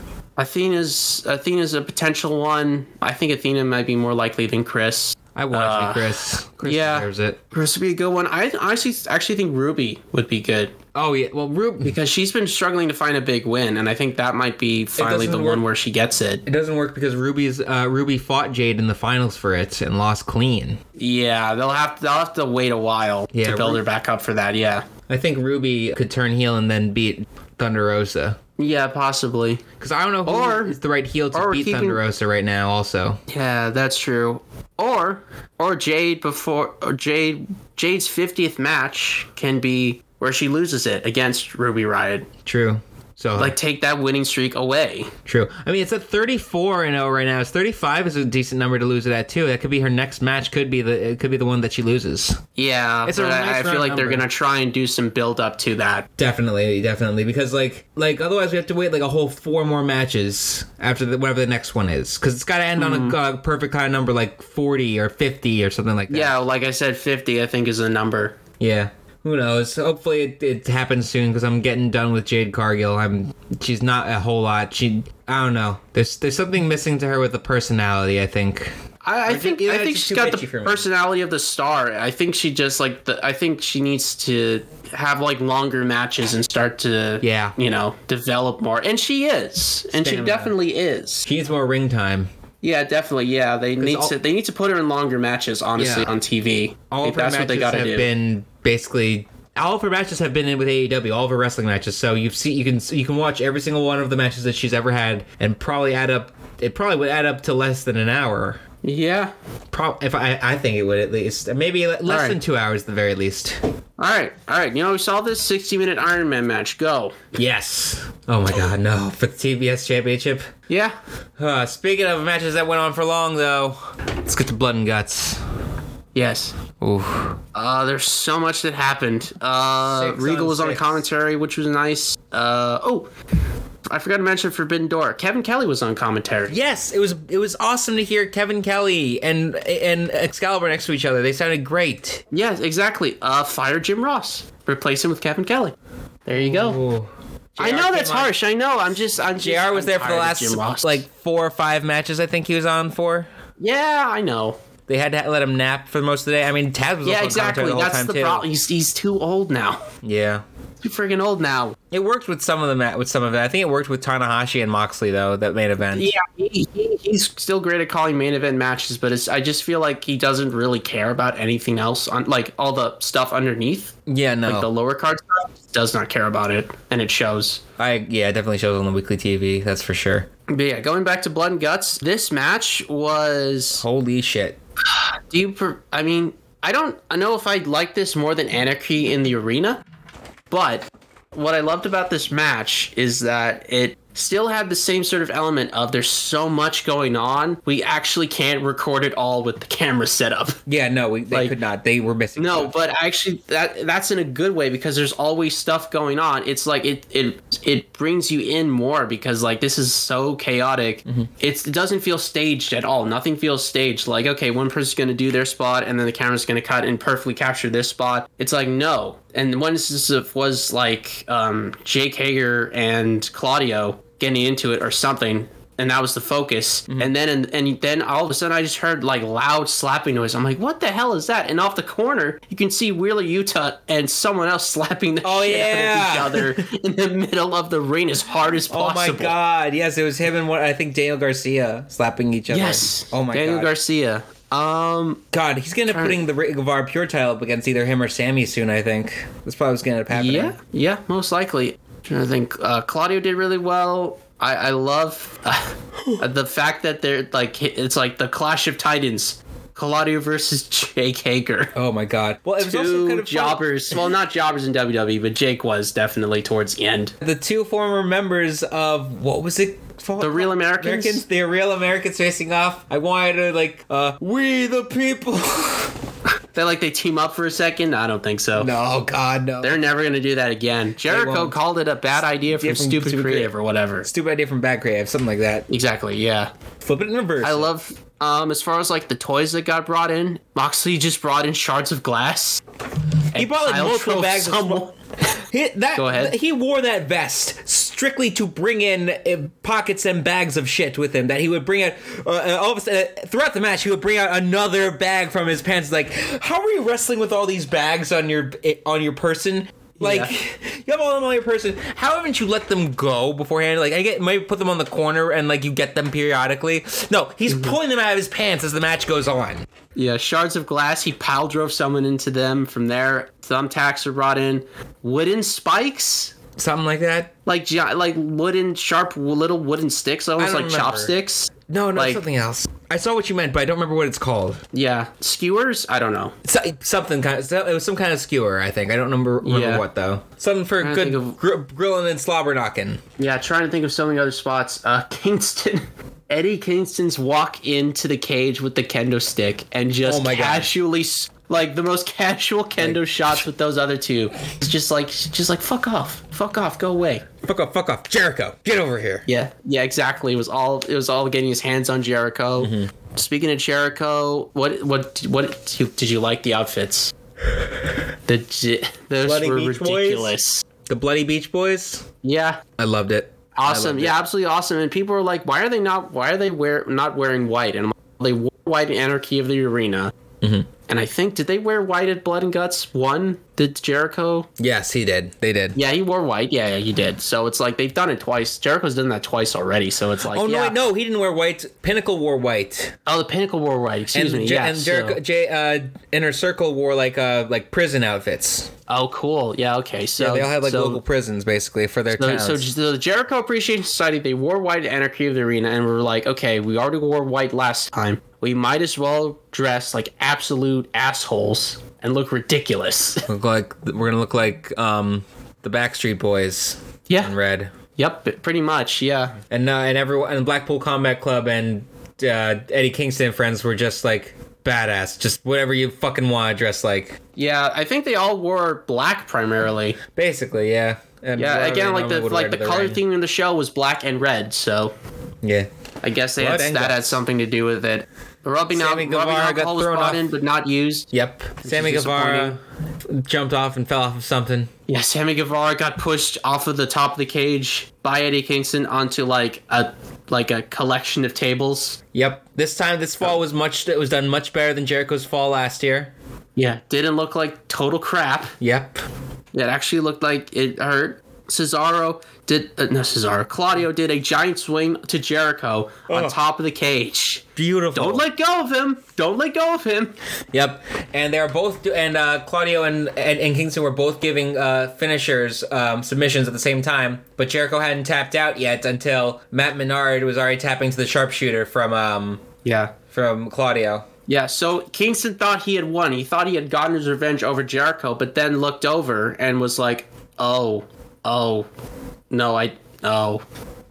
Athena's Athena's a potential one. I think Athena might be more likely than Chris.
I want it to be Chris. Chris
Uh, yeah.
deserves it.
Chris would be a good one. I honestly actually think Ruby would be good
Oh yeah, well Rube.
because she's been struggling to find a big win, and I think that might be finally the
doesn't
one
work.
where she gets it.
It doesn't work because Ruby's uh, Ruby fought Jade in the finals for it and lost clean.
Yeah, they'll have to, they'll have to wait a while
Yeah,
to build
Ru-
her back up for that. Yeah,
I think Ruby could turn heel and then beat Thunder Rosa.
yeah, possibly.
Because I don't know who
Or-
is the right heel
or
to
we're
beat
keeping-
Thunder Rosa right now. Also,
Yeah, that's true. Or or Jade before or Jade Jade's fiftieth match can be where she loses it against Ruby Riot.
true. So
Like take that winning streak away.
True. I mean, it's at 34 and 0 right now. It's 35 is a decent number to lose it at too. That could be her next match. Could be the. It could be the one that she loses.
Yeah,
It's a
but
nice
I, I
round
feel like they're
number.
gonna try and do some build up to that.
Definitely, definitely, because like, like otherwise we have to wait like a whole four more matches after the, whatever the next one is, because it's got to end on a uh, perfect kind of number like 40 or 50 or something like that.
Yeah, like I said, 50, I think, is the number.
Yeah. Who knows? Hopefully it, it happens soon because I'm getting done with Jade Cargill. I'm she's not a whole lot. She I don't know. There's there's something missing to her with the personality. I think.
I, I
just-
think
either
I
that's
think
just
she's
too
got
bitchy for
the
me.
personality of the star. I think she just like the, I think she needs to have like longer matches and start to
Yeah.
you know develop more. And she is, and she
Stamina.
definitely is.
She needs more ring time.
Yeah, definitely. Yeah, they need
all-
to they need to put her in longer matches. Honestly,
Yeah.
on TV,
All
Like,
of her matches
gotta
have been basically all of her matches have been in with AEW. All of her wrestling matches. So you've seen you can you can watch every single one of the matches that she's ever had and probably add up. It probably would add up to less than an hour.
yeah.
Pro- if I I think it would at least maybe le- less
right.
than two hours at the very least.
All right, all right. You know, we saw this sixty minute Iron Man match. Go.
Yes. Oh my God, no! For the TBS Championship.
Yeah.
Uh, speaking of matches that went on for long, though, let's get to Blood and Guts.
Yes.
Ooh.
Uh, there's so much that happened. Uh,
Six
Regal
on
was on a
six.
commentary, which was nice. Uh, oh, I forgot to mention Forbidden Door. Kevin Kelly was on commentary.
Yes, it was it was awesome to hear Kevin Kelly and and Excalibur next to each other. They sounded great.
Yes, exactly. Uh, fire Jim Ross, replace him with Kevin Kelly. There you go.
Ooh.
I know that's harsh. I know. I'm just. I'm just.
Jr. was
I'm
there for the
tired of
last
Jim Ross.
like four or five matches. I think he was on for.
Yeah, I know.
They had to let him nap for most of the day. I mean, Taz was
Yeah,
also on
exactly.
commentary the whole
That's
time,
the
too.
problem. He's, he's too old now. (laughs)
Yeah.
Too friggin' old now.
It worked with some of the ma- with some of it. I think it worked with Tanahashi and Moxley though. That main event.
Yeah, he, he, he's still great at calling main event matches, but it's, I just feel like he doesn't really care about anything else on like all the stuff underneath,
Yeah, no.
like the lower card stuff. he Does not care about it, and it shows.
I yeah, it definitely shows on the weekly TV. That's for sure.
But yeah, going back to Blood and Guts, this match was.
Holy shit!
Do you? Per, I mean, I don't I know if I like this more than Anarchy in the Arena, but what I loved about this match is that it still had the same sort of element of there's so much going on, we actually can't record it all with the camera set (laughs) up.
Yeah, no, we, they
Like-
could not. They were missing.
No,
stuff.
but actually, that that's in a good way because there's always stuff going on. It's like it it it brings you in more because like this is so chaotic. It's, it doesn't feel staged at all. Nothing feels staged. Like okay, one person's gonna do their spot and then the camera's gonna cut and perfectly capture this spot. It's like no. And one instance of was like um, Jake Hager and Claudio getting into it or something. And that was the focus.
Mm-hmm.
And then and, and then all of a sudden I just heard like loud slapping noise. I'm like, what the hell is that? And off the corner, you can see Wheeler Utah and someone else (laughs) slapping the
Oh,
shit
yeah.
out
(laughs)
of each other in the middle of the ring as hard as
Oh
possible.
my god! Yes, it was him and what I think Daniel Garcia slapping each other.
Yes.
Oh my
Daniel
god.
Garcia. Um
god, he's gonna putting the Ring of Honor Pure title up against either him or Sammy soon. I think that's probably what's gonna end up happening.
Yeah, yeah, most likely. I think uh, Claudio did really well. I, I love (laughs) uh, the fact that they're like it's like the Clash of Titans, Claudio versus Jake Hager.
Oh my god. Well, it was also kind of
Two
funny.
jobbers. Well, not jobbers in WWE, but Jake was definitely towards the end.
The two former members of what was it? called?
The Real Americans?
The Real Americans facing off. I wanted to like, uh, we the people. (laughs)
They like they team up for a second. I don't think so.
no, God, no.
They're never gonna do that again. Jericho
won't.
called it a bad idea from
Different-
stupid,
stupid
creative
creative.
or whatever.
Stupid idea from Bad Creative, something like that.
Exactly. Yeah.
Flip it in reverse.
I love um as far as like the toys that got brought in. Moxley just brought in shards of glass.
He brought like
Kyle
multiple
drove
bags. Of
someone-
smoke. he, that,
Go ahead.
He wore that vest strictly to bring in uh, pockets and bags of shit with him. That he would bring out. Uh, uh, all of a sudden, uh, throughout the match, he would bring out another bag from his pants. Like, how are you wrestling with all these bags on your eh, on your person? Like, (laughs) you have all of them on your person. How haven't you let them go beforehand? Like, I get maybe put them on the corner and like you get them periodically. No, he's
Mm-hmm.
pulling them out of his pants as the match goes on.
Yeah, shards of glass. He pile drove someone into them. From there, thumbtacks are brought in. Wooden spikes,
Something like that.
like gi- like wooden sharp little wooden sticks, almost
don't
like
remember.
chopsticks.
No, no,
Like-
something else. I saw what you meant, but I don't remember what it's called.
Yeah, skewers. I don't know.
So, something kind of, so- it was some kind of skewer, I think. I don't remember, remember
Yeah.
what though. Something for
I
good
think of-
gr- grilling and slobber knocking.
Yeah, trying to think of so many other spots. Uh, (laughs) Kingston. Eddie Kingston's walk into the cage with the kendo stick and just
Oh my God.
casually, s like the most (laughs) casual kendo shots with those other two. It's just like, just like fuck off, fuck off, go away.
Fuck off, fuck off, Jericho, get over here.
Yeah, yeah, exactly. It was all it was all getting his hands on Jericho.
Mm-hmm.
Speaking of Jericho, what what what did you, did you like the outfits? The j- those
Bloody
were
Beach Boys?
ridiculous.
The Bloody Beach Boys.
Yeah,
I loved it. I
awesome
loved
yeah
it.
absolutely awesome and people are like why are they not why are they wear not wearing white and I'm like, they wore white in anarchy of the arena
Mm-hmm.
and i think did they wear white at blood and guts one did jericho
Yes, he did. They did.
yeah he wore white yeah, yeah he did so it's like they've done it twice jericho's done that twice already so it's like
Oh no,
yeah.
wait, no, he didn't wear white. Pinnacle wore white,
oh the pinnacle wore white excuse
and,
me
Je-
yeah
and Jericho,
so-
J- uh, Inner Circle wore like uh, like prison outfits.
oh cool yeah okay so
Yeah, they all had like
Oh, so,
local prisons basically for their
So,
towns.
so just the Jericho Appreciation Society, they wore white at Anarchy of the Arena and were like, okay, we already wore white last time. We might as well dress like absolute assholes and look ridiculous. (laughs)
Look like we're gonna look like um the Backstreet Boys in
yeah.
red,
Yep, pretty much. Yeah.
and uh, and everyone and Blackpool Combat Club and uh, Eddie Kingston and friends were just like badass, just whatever you fucking want to dress like,
Yeah, I think they all wore black primarily.
basically, yeah. And
Yeah,
whatever
again,
they
like the
normally would
like
wear
the,
to
color
ring.
theme of the show was black and red, so
Yeah,
I guess they had,
Blood and
that had
guts.
something to do with it. Rubbing, al-
Sammy
rubbing
Guevara got
alcohol was
thrown
brought
off.
in but not used.
yep. Sammy
is
Guevara jumped off and fell off of something.
Yeah, Sammy Guevara got pushed off of the top of the cage by Eddie Kingston onto like a like a collection of tables.
Yep. This time, this fall was much. It was done much better than Jericho's fall last year.
Yeah, didn't look like total crap.
Yep.
It actually looked like it hurt. Cesaro did uh, no Cesaro. Claudio did a giant swing to Jericho on top of the cage.
Beautiful.
Don't let go of him. Don't let go of him.
Yep, and they're both and uh, Claudio and, and and Kingston were both giving uh, finishers um, submissions at the same time, but Jericho hadn't tapped out yet until Matt Menard was already tapping to the sharpshooter from um,
Yeah.
from Claudio.
Yeah, so Kingston thought he had won. He thought he had gotten his revenge over Jericho, but then looked over and was like, "Oh, oh, no, I, oh,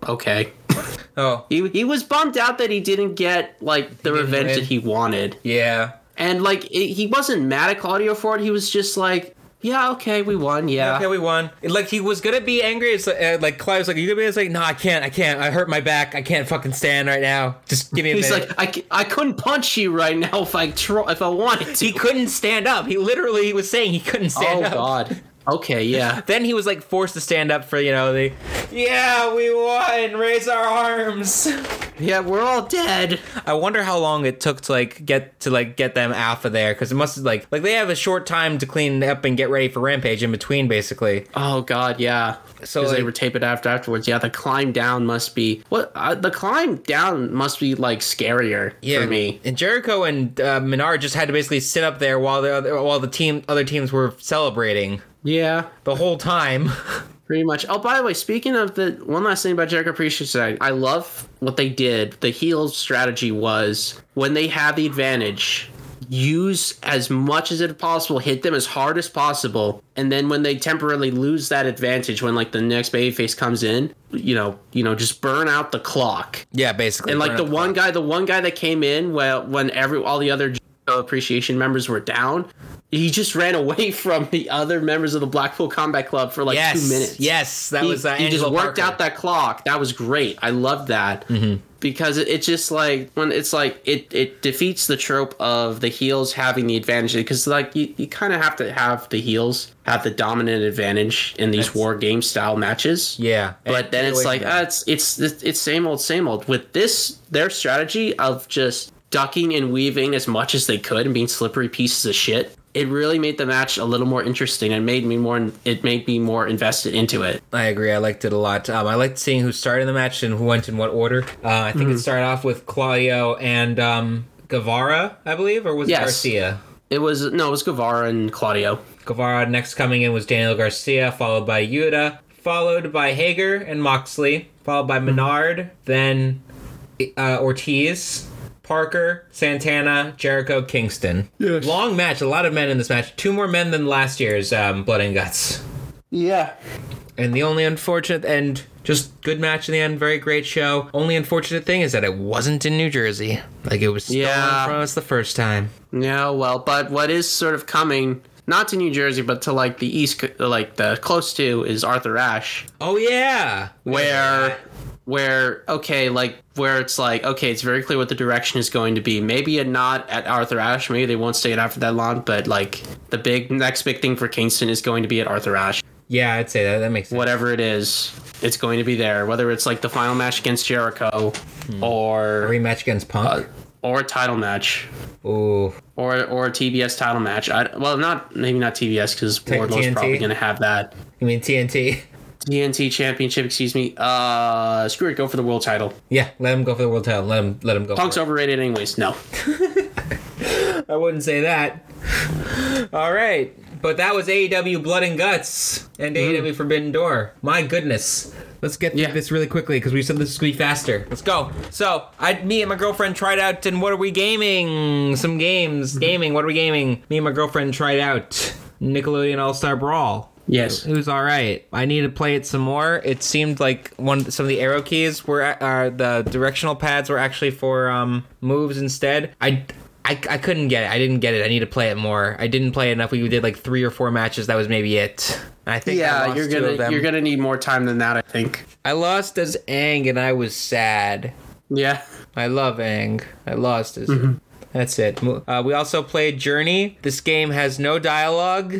okay.
Oh,
He, he was bummed out that he didn't get like the
didn't
revenge
win.
that he wanted,
yeah.
and like it, he wasn't mad at Claudio for it. He was just like, yeah, okay, we won, yeah.
Okay, we won. Like he was gonna be angry. It's like, uh, like Clive's like, "You gonna be?" It's like, "No, I can't. I can't. I hurt my back. I can't fucking stand right now. Just give me a
He's
minute."
like, I, c- I couldn't punch you right now if I tro- if I wanted to. (laughs)
he couldn't stand up. He literally was saying he couldn't stand
oh
up.
God. Okay, yeah.
Then he was like forced to stand up for you know the, yeah, we won. Raise our arms.
(laughs) Yeah, we're all dead.
I wonder how long it took to like get to like get them out of there because it must like like they have a short time to clean up and get ready for Rampage in between basically.
Oh God, yeah.
So,
So they
like-
were taped after afterwards. Yeah, the climb down must be what uh, the climb down must be like scarier for me.
And Jericho and uh, Menard just had to basically sit up there while the other, while the team other teams were celebrating
Yeah,
the whole
(laughs)
time.
pretty much. Oh, by the way, speaking of the one last thing about Jericho Appreciation, I love what they did. The heel strategy was when they have the advantage. Use as much as it possible, hit them as hard as possible, and then when they temporarily lose that advantage, when like the next babyface comes in, you know, you know, just burn out the clock.
yeah, basically.
and like the one guy, the one guy that came in well when every all the other Jericho appreciation members were down, he just (laughs) ran away from the other members of the Blackpool Combat Club for like
yes,
two minutes.
Yes, that
he,
was uh,
he just
Angelo
worked
Parker. Mm-hmm.
out that clock. That was great. I loved that because it, it's just like when it's like it it defeats the trope of the heels having the advantage because like you, you kind of have to have the heels have the dominant advantage in these
That's-
war game style matches.
Yeah,
But then
Get away
it's like
from
uh,
that.
it's it's it's same old same old with this their strategy of just ducking and weaving as much as they could and being slippery pieces of shit. It really made the match a little more interesting and made me more it made me more invested into it.
I agree. I liked it a lot. Um, I liked seeing who started the match and who went in what order. Uh, I think it started off with Claudio and um, Guevara, I believe, or was it
Yes.
Garcia?
It was no, it was Guevara and Claudio.
Guevara next coming in was Daniel Garcia, followed by Yuta, followed by Hager and Moxley, followed by Menard, then uh, Ortiz, Parker, Santana, Jericho, Kingston. Long match, a lot of men in this match. Two more men than last year's um, Blood and Guts.
Yeah.
And the only unfortunate and just good match in the end, very great show. Only unfortunate thing is that it wasn't in New Jersey. Like it was stolen
Yeah.
from us the first time.
Yeah, well, but what is sort of coming not to New Jersey but to like the east co- like the close to is Arthur Ashe.
Oh yeah.
where where okay like where it's like okay it's very clear what the direction is going to be maybe it not at arthur ashe maybe they won't stay it out for that long but like the big next big thing for kingston is going to be at arthur ashe
Yeah, I'd say that that makes sense.
whatever it is it's going to be there whether it's like the final match against jericho or
Rematch against Punk.
or a title match
Ooh.
or or a tbs title match I, well not maybe not tbs because wardlow's
TNT?
probably going to have that
You mean TNT?
tnt championship excuse me uh screw it go for the world title
(laughs) Yeah, let him go for the world title. Let him let him go.
punk's
for
overrated anyways no
it. I wouldn't say that. All right. But that was AEW Blood and Guts and AEW Forbidden Door. My goodness. Let's get through
Yeah.
this really quickly because we said this is going to be faster. Let's go. So, I, me and my girlfriend tried out, and what are we gaming? Some games. Gaming. What are we gaming? Me and my girlfriend tried out Nickelodeon All Star Brawl.
yes
It was all right. I need to play it some more. It seemed like one some of the arrow keys were uh, the directional pads were actually for um, moves instead. I, I I couldn't get it. I didn't get it. I need to play it more. I didn't play enough. We did like three or four matches. That was maybe it. And I think I
Yeah,
lost
you're
two of
gonna
them.
you're gonna need more time than that, I think.
I lost as Ang and I was sad.
Yeah.
I love Ang. I lost as. That's it. Mo- Uh, we also played Journey. This game has no dialog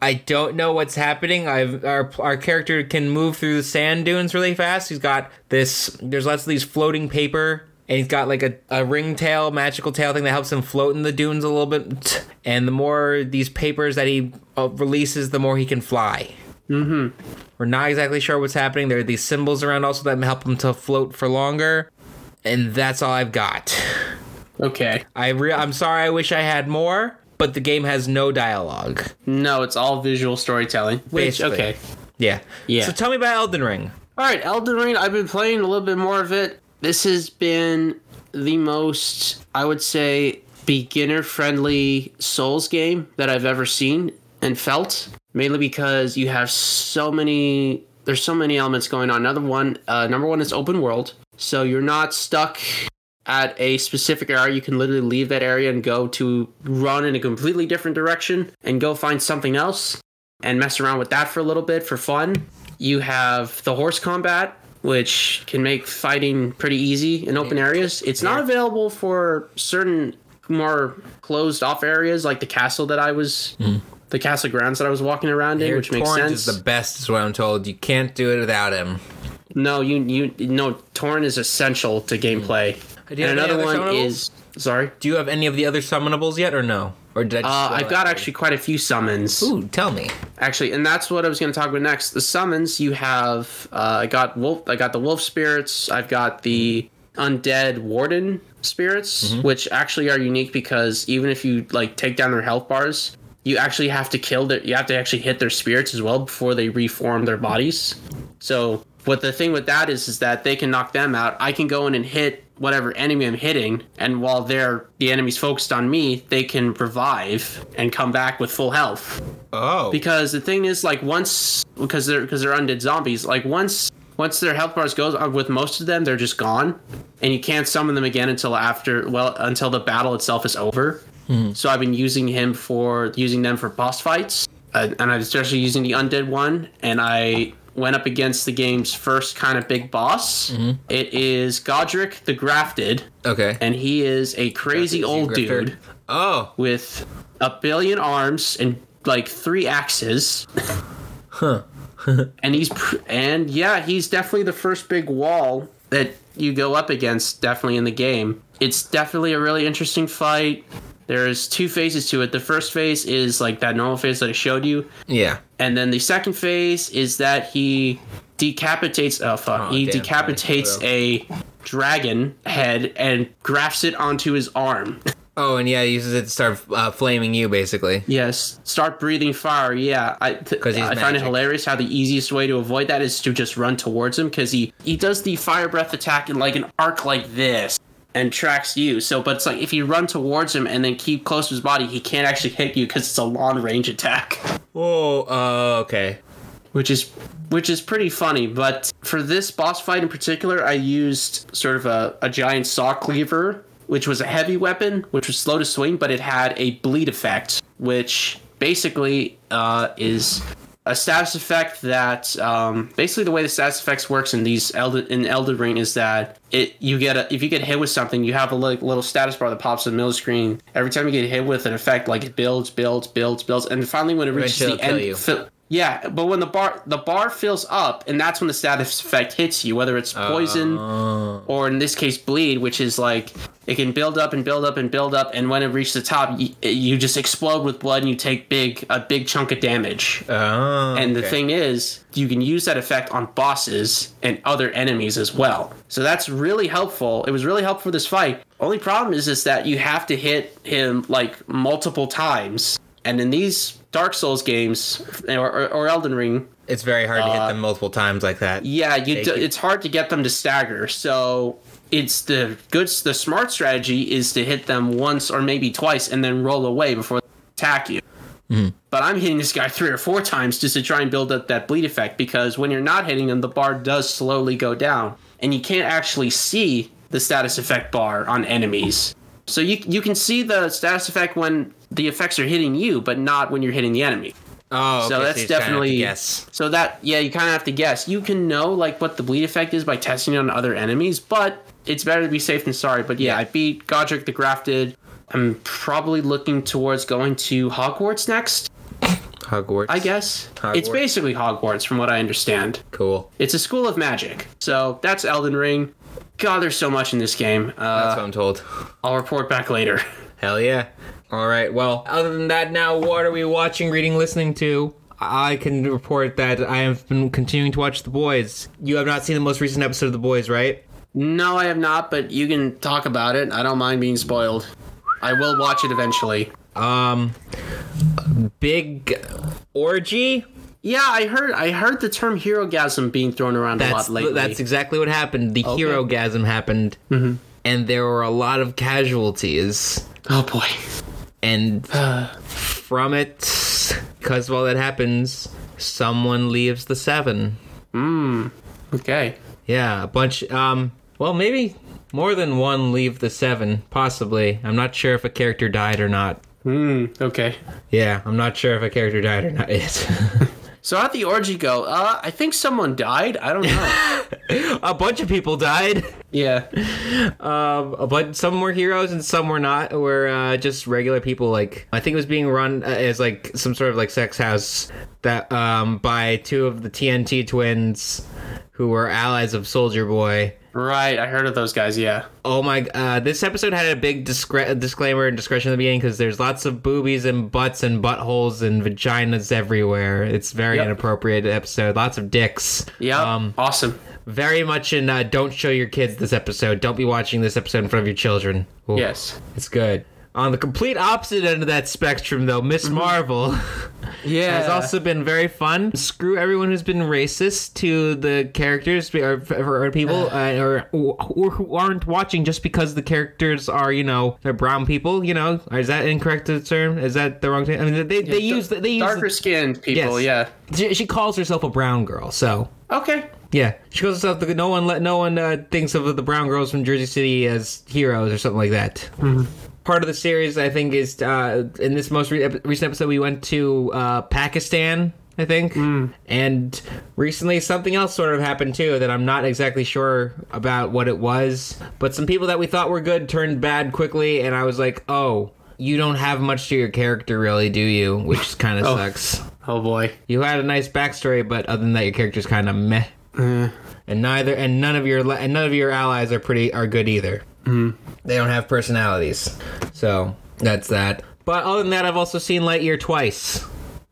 I don't know what's happening. I've our our character can move through the sand dunes really fast. He's got this. There's lots of these floating paper, and he's got like a a ring tail, magical tail thing that helps him float in the dunes a little bit. And the more these papers that he uh, releases, the more he can fly. We're not exactly sure what's happening. There are these symbols around also that help him to float for longer. And that's all I've got.
Okay.
I re- I'm sorry. I wish I had more, but the game has no dialogue.
No, it's all visual storytelling. Which
Basically.
okay.
Yeah.
Yeah.
So tell me about Elden Ring.
Alright, Elden Ring, I've been playing a little bit more of it. This has been the most I would say beginner friendly Souls game that I've ever seen and felt. Mainly because you have so many there's so many elements going on. Another one, uh, number one is open world, so you're not stuck at a specific area. You can literally leave that area and go to run in a completely different direction and go find something else and mess around with that for a little bit for fun. You have the horse combat, which can make fighting pretty easy in open areas. It's not available for certain more closed off areas like the castle that I was. The castle grounds that I was walking around in,
Your
which makes
Mm. torrent
sense.
is the best, is what I'm told. You can't do it without him.
No, you you no. Torn is essential to gameplay.
Mm.
And
you have any
another
other
one
summonables?
is sorry.
Do you have any of the other summonables yet, or no? Or did I just
Uh,
throw
I've
that
got
at
actually quite a few summons.
you? Ooh, tell me.
Actually, and that's what I was going to talk about next. The summons you have. Uh, I got wolf. I got the wolf spirits. I've got the undead warden spirits, which actually are unique because even if you like take down their health bars, you actually have to kill their. You have to actually hit their spirits as well before they reform their bodies. So what the thing with that is is that they can knock them out. I can go in and hit whatever enemy I'm hitting, and while they're the enemy's focused on me, they can revive and come back with full health.
Oh,
Because the thing is, like once because they're because they're undead zombies, like once once their health bars goes uh, with most of them, they're just gone, and you can't summon them again until after well until the battle itself is over. So I've been using him for using them for boss fights, uh, and I'm especially using the undead one. And I went up against the game's first kind of big boss. It is Godric the Grafted,
okay.
and he is a crazy old
Grifter.
dude
Oh,
with a billion arms and like three axes. huh.
(laughs)
and he's pr- and yeah, he's definitely the first big wall that you go up against definitely in the game. It's definitely a really interesting fight. There's two phases to it. The first phase is like that normal phase that I showed you,
yeah.
and then the second phase is that he decapitates oh fuck
Oh,
he
damn,
decapitates a dragon head and grafts it onto his arm.
Oh, and yeah, he uses it to start uh, flaming you, basically.
Yes, start breathing fire. Yeah, I, th-
'Cause he's
I find it
magic.
hilarious how the easiest way to avoid that is to just run towards him because he he does the fire breath attack in like an arc like this and tracks you. So, but it's like if you run towards him and then keep close to his body, he can't actually hit you because it's a long range attack,
Whoa. Uh, okay.
which is which is pretty funny. But for this boss fight in particular, I used sort of a, a giant saw cleaver. Which was a heavy weapon, which was slow to swing, but it had a bleed effect, which basically uh, is a status effect that um, basically the way the status effects works in these Elden in Elden Ring is that it you get a if you get hit with something you have a like little status bar that pops in the middle of the screen every time you get hit with an effect like it builds builds builds builds and finally when it reaches
Eventually
the
it'll
end
kill you.
fi- yeah but when the bar the bar fills up and that's when the status effect hits you whether it's poison
Oh.
or in this case bleed which is like it can build up and build up and build up and when it reaches the top you, you just explode with blood and you take big a big chunk of damage
Oh.
and the
okay.
thing is, you can use that effect on bosses and other enemies as well. So that's really helpful. It was really helpful for this fight. Only problem is is that you have to hit him like multiple times. And in these Dark Souls games or, or, or Elden Ring,
It's very hard to hit them multiple times like that.
uh, yeah, you
They
do,
could-
it's hard to get them to stagger. So it's the good the smart strategy is to hit them once or maybe twice and then roll away before they attack you. But I'm hitting this guy three or four times just to try and build up that bleed effect because when you're not hitting him, the bar does slowly go down and you can't actually see the status effect bar on enemies. So you you can see the status effect when the effects are hitting you, but not when you're hitting the enemy.
Oh, okay,
So
you
that's
just kinda have to
definitely
guess.
So that yeah, you kind of have to guess. You can know like what the bleed effect is by testing it on other enemies, but it's better to be safe than sorry. But yeah, I beat Godric the Grafted. I'm probably looking towards going to Hogwarts next.
Hogwarts.
I guess it's
Hogwarts.
basically Hogwarts from what I understand.
Cool.
It's a school of magic. So that's Elden Ring. God, there's so much in this game.
That's
Uh,
what I'm told. (laughs)
I'll report back later. (laughs)
Hell yeah. All right. Well, other than that, now what are we watching, reading, listening to? I can report that I have been continuing to watch The Boys. You have not seen the most recent episode of The Boys, right?
No, I have not, but you can talk about it. I don't mind being spoiled. I will watch it eventually.
Um, big orgy.
Yeah, I heard I heard the term herogasm being thrown around
That's
a lot lately.
that's exactly what happened. The hero gasm happened, and there were a lot of casualties.
oh boy. (laughs)
and from it because of all that happens someone leaves the seven
Okay.
Yeah, a bunch. Um, well, maybe more than one leave the seven, possibly. I'm not sure if a character died or not.
Hmm, Okay.
Yeah, I'm not sure if a character died or not (laughs) yet.
So how'd the orgy go? Uh, I think someone died. I don't
(laughs)
know.
a bunch of people died.
yeah.
Um, but some were heroes and some were not. Were uh, just regular people. Like I think it was being run uh, as like some sort of like sex house that um, by two of the TNT twins, who were allies of Soldier Boy.
Right. I heard of those guys. Yeah.
Oh my! Uh, this episode had a big discre- disclaimer and discretion at the beginning because there's lots of boobies and butts and buttholes and vaginas everywhere. It's very
Yep.
inappropriate episode. Lots of dicks.
Yeah.
Um,
awesome.
very much in. Uh, don't show your kids this episode. Don't be watching this episode in front of your children. Ooh,
Yes.
it's good. On the complete opposite end of that spectrum, though, Miss Marvel (laughs)
Yeah.
has also been very fun. Screw everyone who's been racist to the characters or, or
(sighs)
people uh, or, or who aren't watching just because the characters are you know they're brown people. You know, is that incorrect term? Is that the wrong thing? I mean, they, they use the, they use
darker skinned people.
Yes. she, she calls herself a brown girl, so
Yeah. Okay.
yeah, she calls herself the, no one. Let no one uh, thinks of the brown girls from Jersey City as heroes or something like that. Part of the series, I think, is uh, in this most re- ep- recent episode we went to uh, Pakistan, I think, and recently something else sort of happened too that I'm not exactly sure about what it was. But some people that we thought were good turned bad quickly, and I was like, oh. You don't have much to your character, really, do you? Which kind of sucks.
Oh boy.
You had a nice backstory, but other than that, your character's kind of meh. And neither, and none of your, li- and none of your allies are pretty are good either. They don't have personalities, so that's that. But other than that, I've also seen Lightyear twice.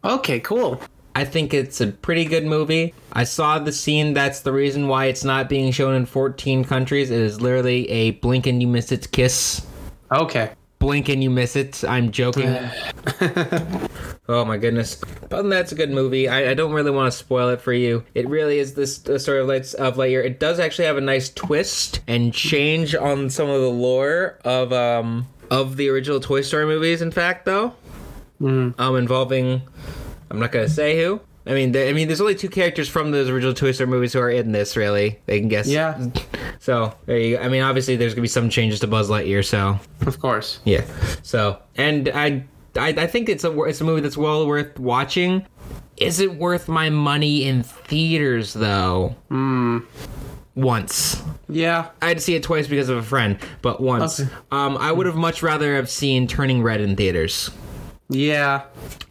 Okay. Cool.
I think it's a pretty good movie. I saw the scene. That's the reason why it's not being shown in 14 countries. It is literally a blink and you miss it kiss
Okay.
blink and you miss it. I'm joking. (laughs) oh my goodness. But other than that, it's a good movie. I, I don't really want to spoil it for you. It really is this the story of Lights of Lightyear. It does actually have a nice twist and change on some of the lore of um of the original Toy Story movies. In fact, though, um, involving I'm not gonna say who. I mean, there, I mean, there's only two characters from those original Toy Story movies who are in this. Really, they can guess.
Yeah.
(laughs) So there you. go. I mean, obviously, there's gonna be some changes to Buzz Lightyear. So
Of course.
yeah. So, and I, I, I think it's a it's a movie that's well worth watching. Is it worth my money in theaters though? Hmm. Once.
Yeah.
I had to see it twice because of a friend, but once.
Okay.
Um, I would have much rather have seen Turning Red in theaters.
Yeah.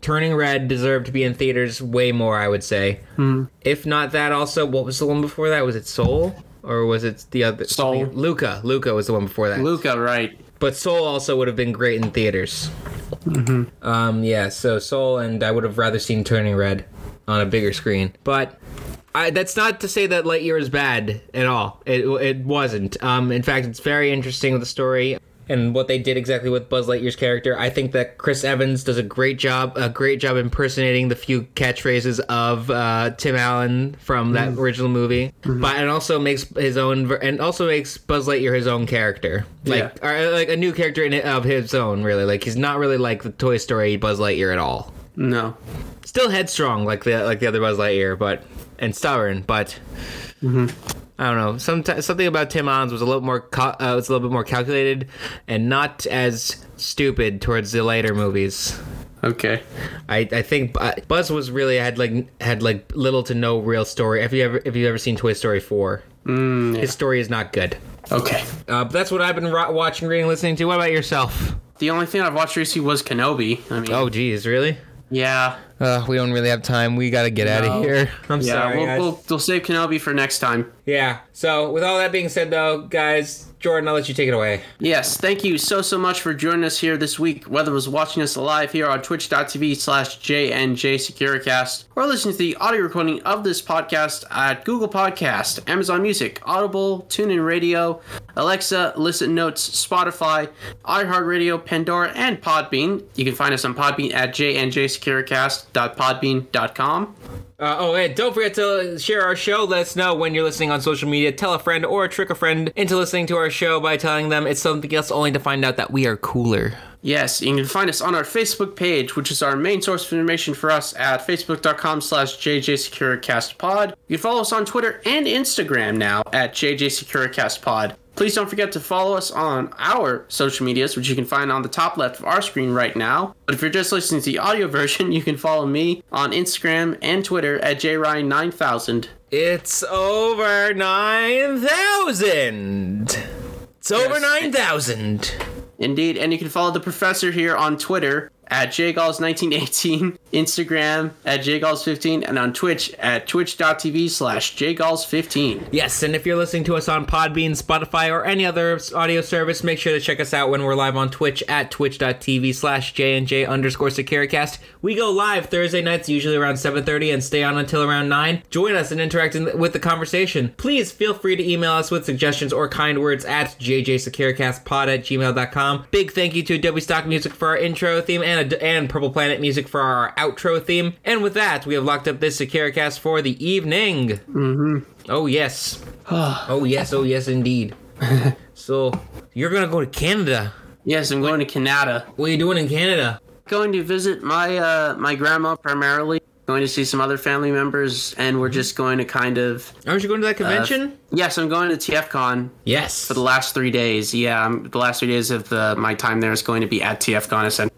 Turning Red deserved to be in theaters way more, I would say.
Hmm.
If not that, also, what was the one before that? Was it Soul? Or was it the other?
Soul.
Luca. Luca was the one before that.
Luca. Right.
But Soul also would have been great in theaters. Um, yeah, so Soul and I would have rather seen Turning Red on a bigger screen. But I, that's not to say that Lightyear is bad at all. It, it wasn't. Um, in fact, it's very interesting with the story and what they did exactly with Buzz Lightyear's character. I think that Chris Evans does a great job, a great job impersonating the few catchphrases of uh, Tim Allen from that original movie. But and also makes his own, ver- and also makes Buzz Lightyear his own character, like or, like a new character in it of his own. Really, like he's not really like the Toy Story Buzz Lightyear at all
No.
still headstrong like the like the other Buzz Lightyear, but and stubborn, but
Mm-hmm.
I don't know. Some something about Tim Allen's was a little more cal- uh, was a little bit more calculated and not as stupid towards the later movies.
Okay.
I, I think Bu- Buzz was really had like had like little to no real story. If you ever if you've ever seen Toy Story four,
Mm,
his story is not good.
Okay.
Uh, but that's what I've been ro- watching, reading, listening to. What about yourself?
The only thing I've watched recently was Kenobi. I mean.
Oh, geez, really?
Yeah.
Uh, we don't really have time. We gotta get out
No.
of here. I'm
Yeah.
sorry.
we'll,
guys.
we'll we'll save Kenobi for next time.
Yeah. So, with all that being said, though, guys, Jordan, I'll let you take it away.
Yes, thank you so, so much for joining us here this week, whether it was watching us live here on twitch.tv slash JNJ Securicast or listening to the audio recording of this podcast at Google Podcast, Amazon Music, Audible, TuneIn Radio, Alexa, Listen Notes, Spotify, iHeartRadio, Pandora, and Podbean. You can find us on Podbean at jnjsecuricast.podbean.com.
Uh, oh, and don't forget to share our show. Let us know when you're listening on social media. Tell a friend or trick a friend into listening to our show by telling them it's something else, only to find out that we are cooler.
Yes, you can find us on our Facebook page, which is our main source of information for us at facebook.com slash jjsecuricastpod. You can follow us on Twitter and Instagram now at jjsecuricastpod. Please don't forget to follow us on our social medias, which you can find on the top left of our screen right now. But if you're just listening to the audio (laughs) version, you can follow me on Instagram and Twitter at jryan9000.
It's over 9,000. It's over 9,000.
Indeed, and you can follow the professor here on Twitter at jgalls1918, Instagram at jgalls15, and on Twitch at twitch.tv slash jgalls15.
Yes, and if you're listening to us on Podbean, Spotify, or any other s- audio service, make sure to check us out when we're live on Twitch at twitch.tv slash jnj underscore securicast. We go live Thursday nights, usually around 7.30, and stay on until around 9. Join us and interact in, with the conversation. Please feel free to email us with suggestions or kind words at jjsecuricastpod at gmail.com. Big thank you to Adobe Stock Music for our intro theme and, Ad- and Purple Planet Music for our outro theme. And with that, we have locked up this securicast for the evening. Oh
(sighs)
yes. oh yes. Oh yes,
(laughs)
indeed. so you're gonna go to Canada.
Yes, I'm going to Canada.
What are you doing in Canada?
Going to visit my uh, my grandma primarily. Going to see some other family members, and we're just going to kind of.
Aren't you going to that convention?
Yes, I'm going to TFCon
yes.
Uh, the last three days. Yeah, I'm, the last three days of the, my time there is going to be at TFCon. essentially.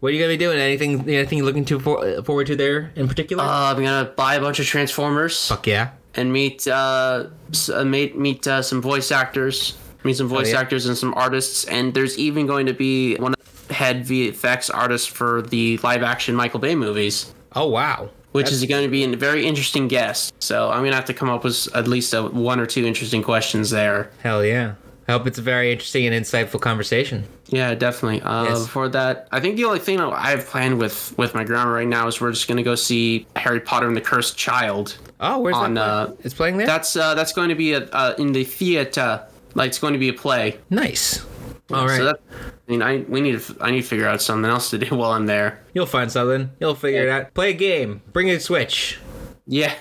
What are you gonna be doing? Anything? Anything you're looking to for, uh, forward to there in particular?
Uh, I'm gonna buy a bunch of Transformers.
Fuck yeah.
and meet uh, s- uh meet meet uh, some voice actors, meet some voice
Oh, yeah.
actors and some artists, and there's even going to be one of the head VFX artists for the live action Michael Bay movies,
Oh wow.
which is going to be a very interesting guest. So I'm gonna have to come up with at least a, one or two interesting questions there.
Hell yeah. I hope it's a very interesting and insightful conversation.
Yeah, definitely. Uh,
Yes.
Before that, I think the only thing that I've planned with with my grandma right now is we're just gonna go see Harry Potter and the Cursed Child.
Oh, where's
On,
that?
uh,
playing? it's playing there.
That's uh, that's going to be a, uh, in the theater. Like it's going to be a play.
nice. All right.
So that, I mean, I we need to, I need to figure out something else to do (laughs) while I'm there.
You'll find something. You'll figure it out. Play a game. Bring a switch.
Yeah,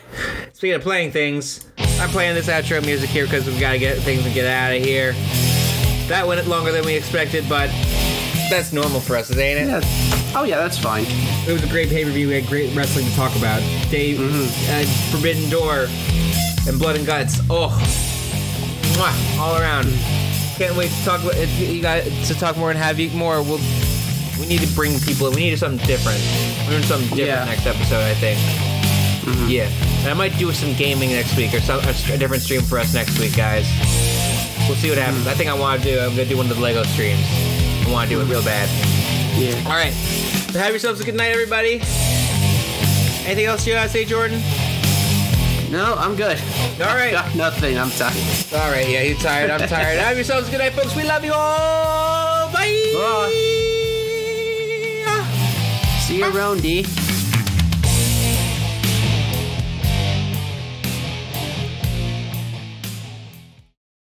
Speaking of playing things, I'm playing this outro music here because we've got to get things and get out of here. That went longer than we expected, but that's normal for us, ain't it?
yeah. Oh yeah, that's fine.
It was a great pay per view. We had great wrestling to talk about. Dave, uh, Forbidden Door, and Blood and Guts. Oh, Mwah. all around. Can't wait to talk. If you you got to talk more and have you more, we'll. We need to bring people. in. We need something different. We're doing something different
Yeah.
next episode, I think. Yeah, and I might do some gaming next week or some a, str- a different stream for us next week, guys. We'll see what happens. I think I want to do. I'm gonna do one of the Lego streams. I want to do it real bad.
Yeah.
All right. Have yourselves a good night, everybody. Anything else you gotta say, Jordan?
No, I'm good. (laughs)
All right.
Got nothing. I'm tired.
All right. Yeah, you're tired. I'm tired. Have yourselves a good night, folks. We love you all. Bye.
Bye. See you, Rondi.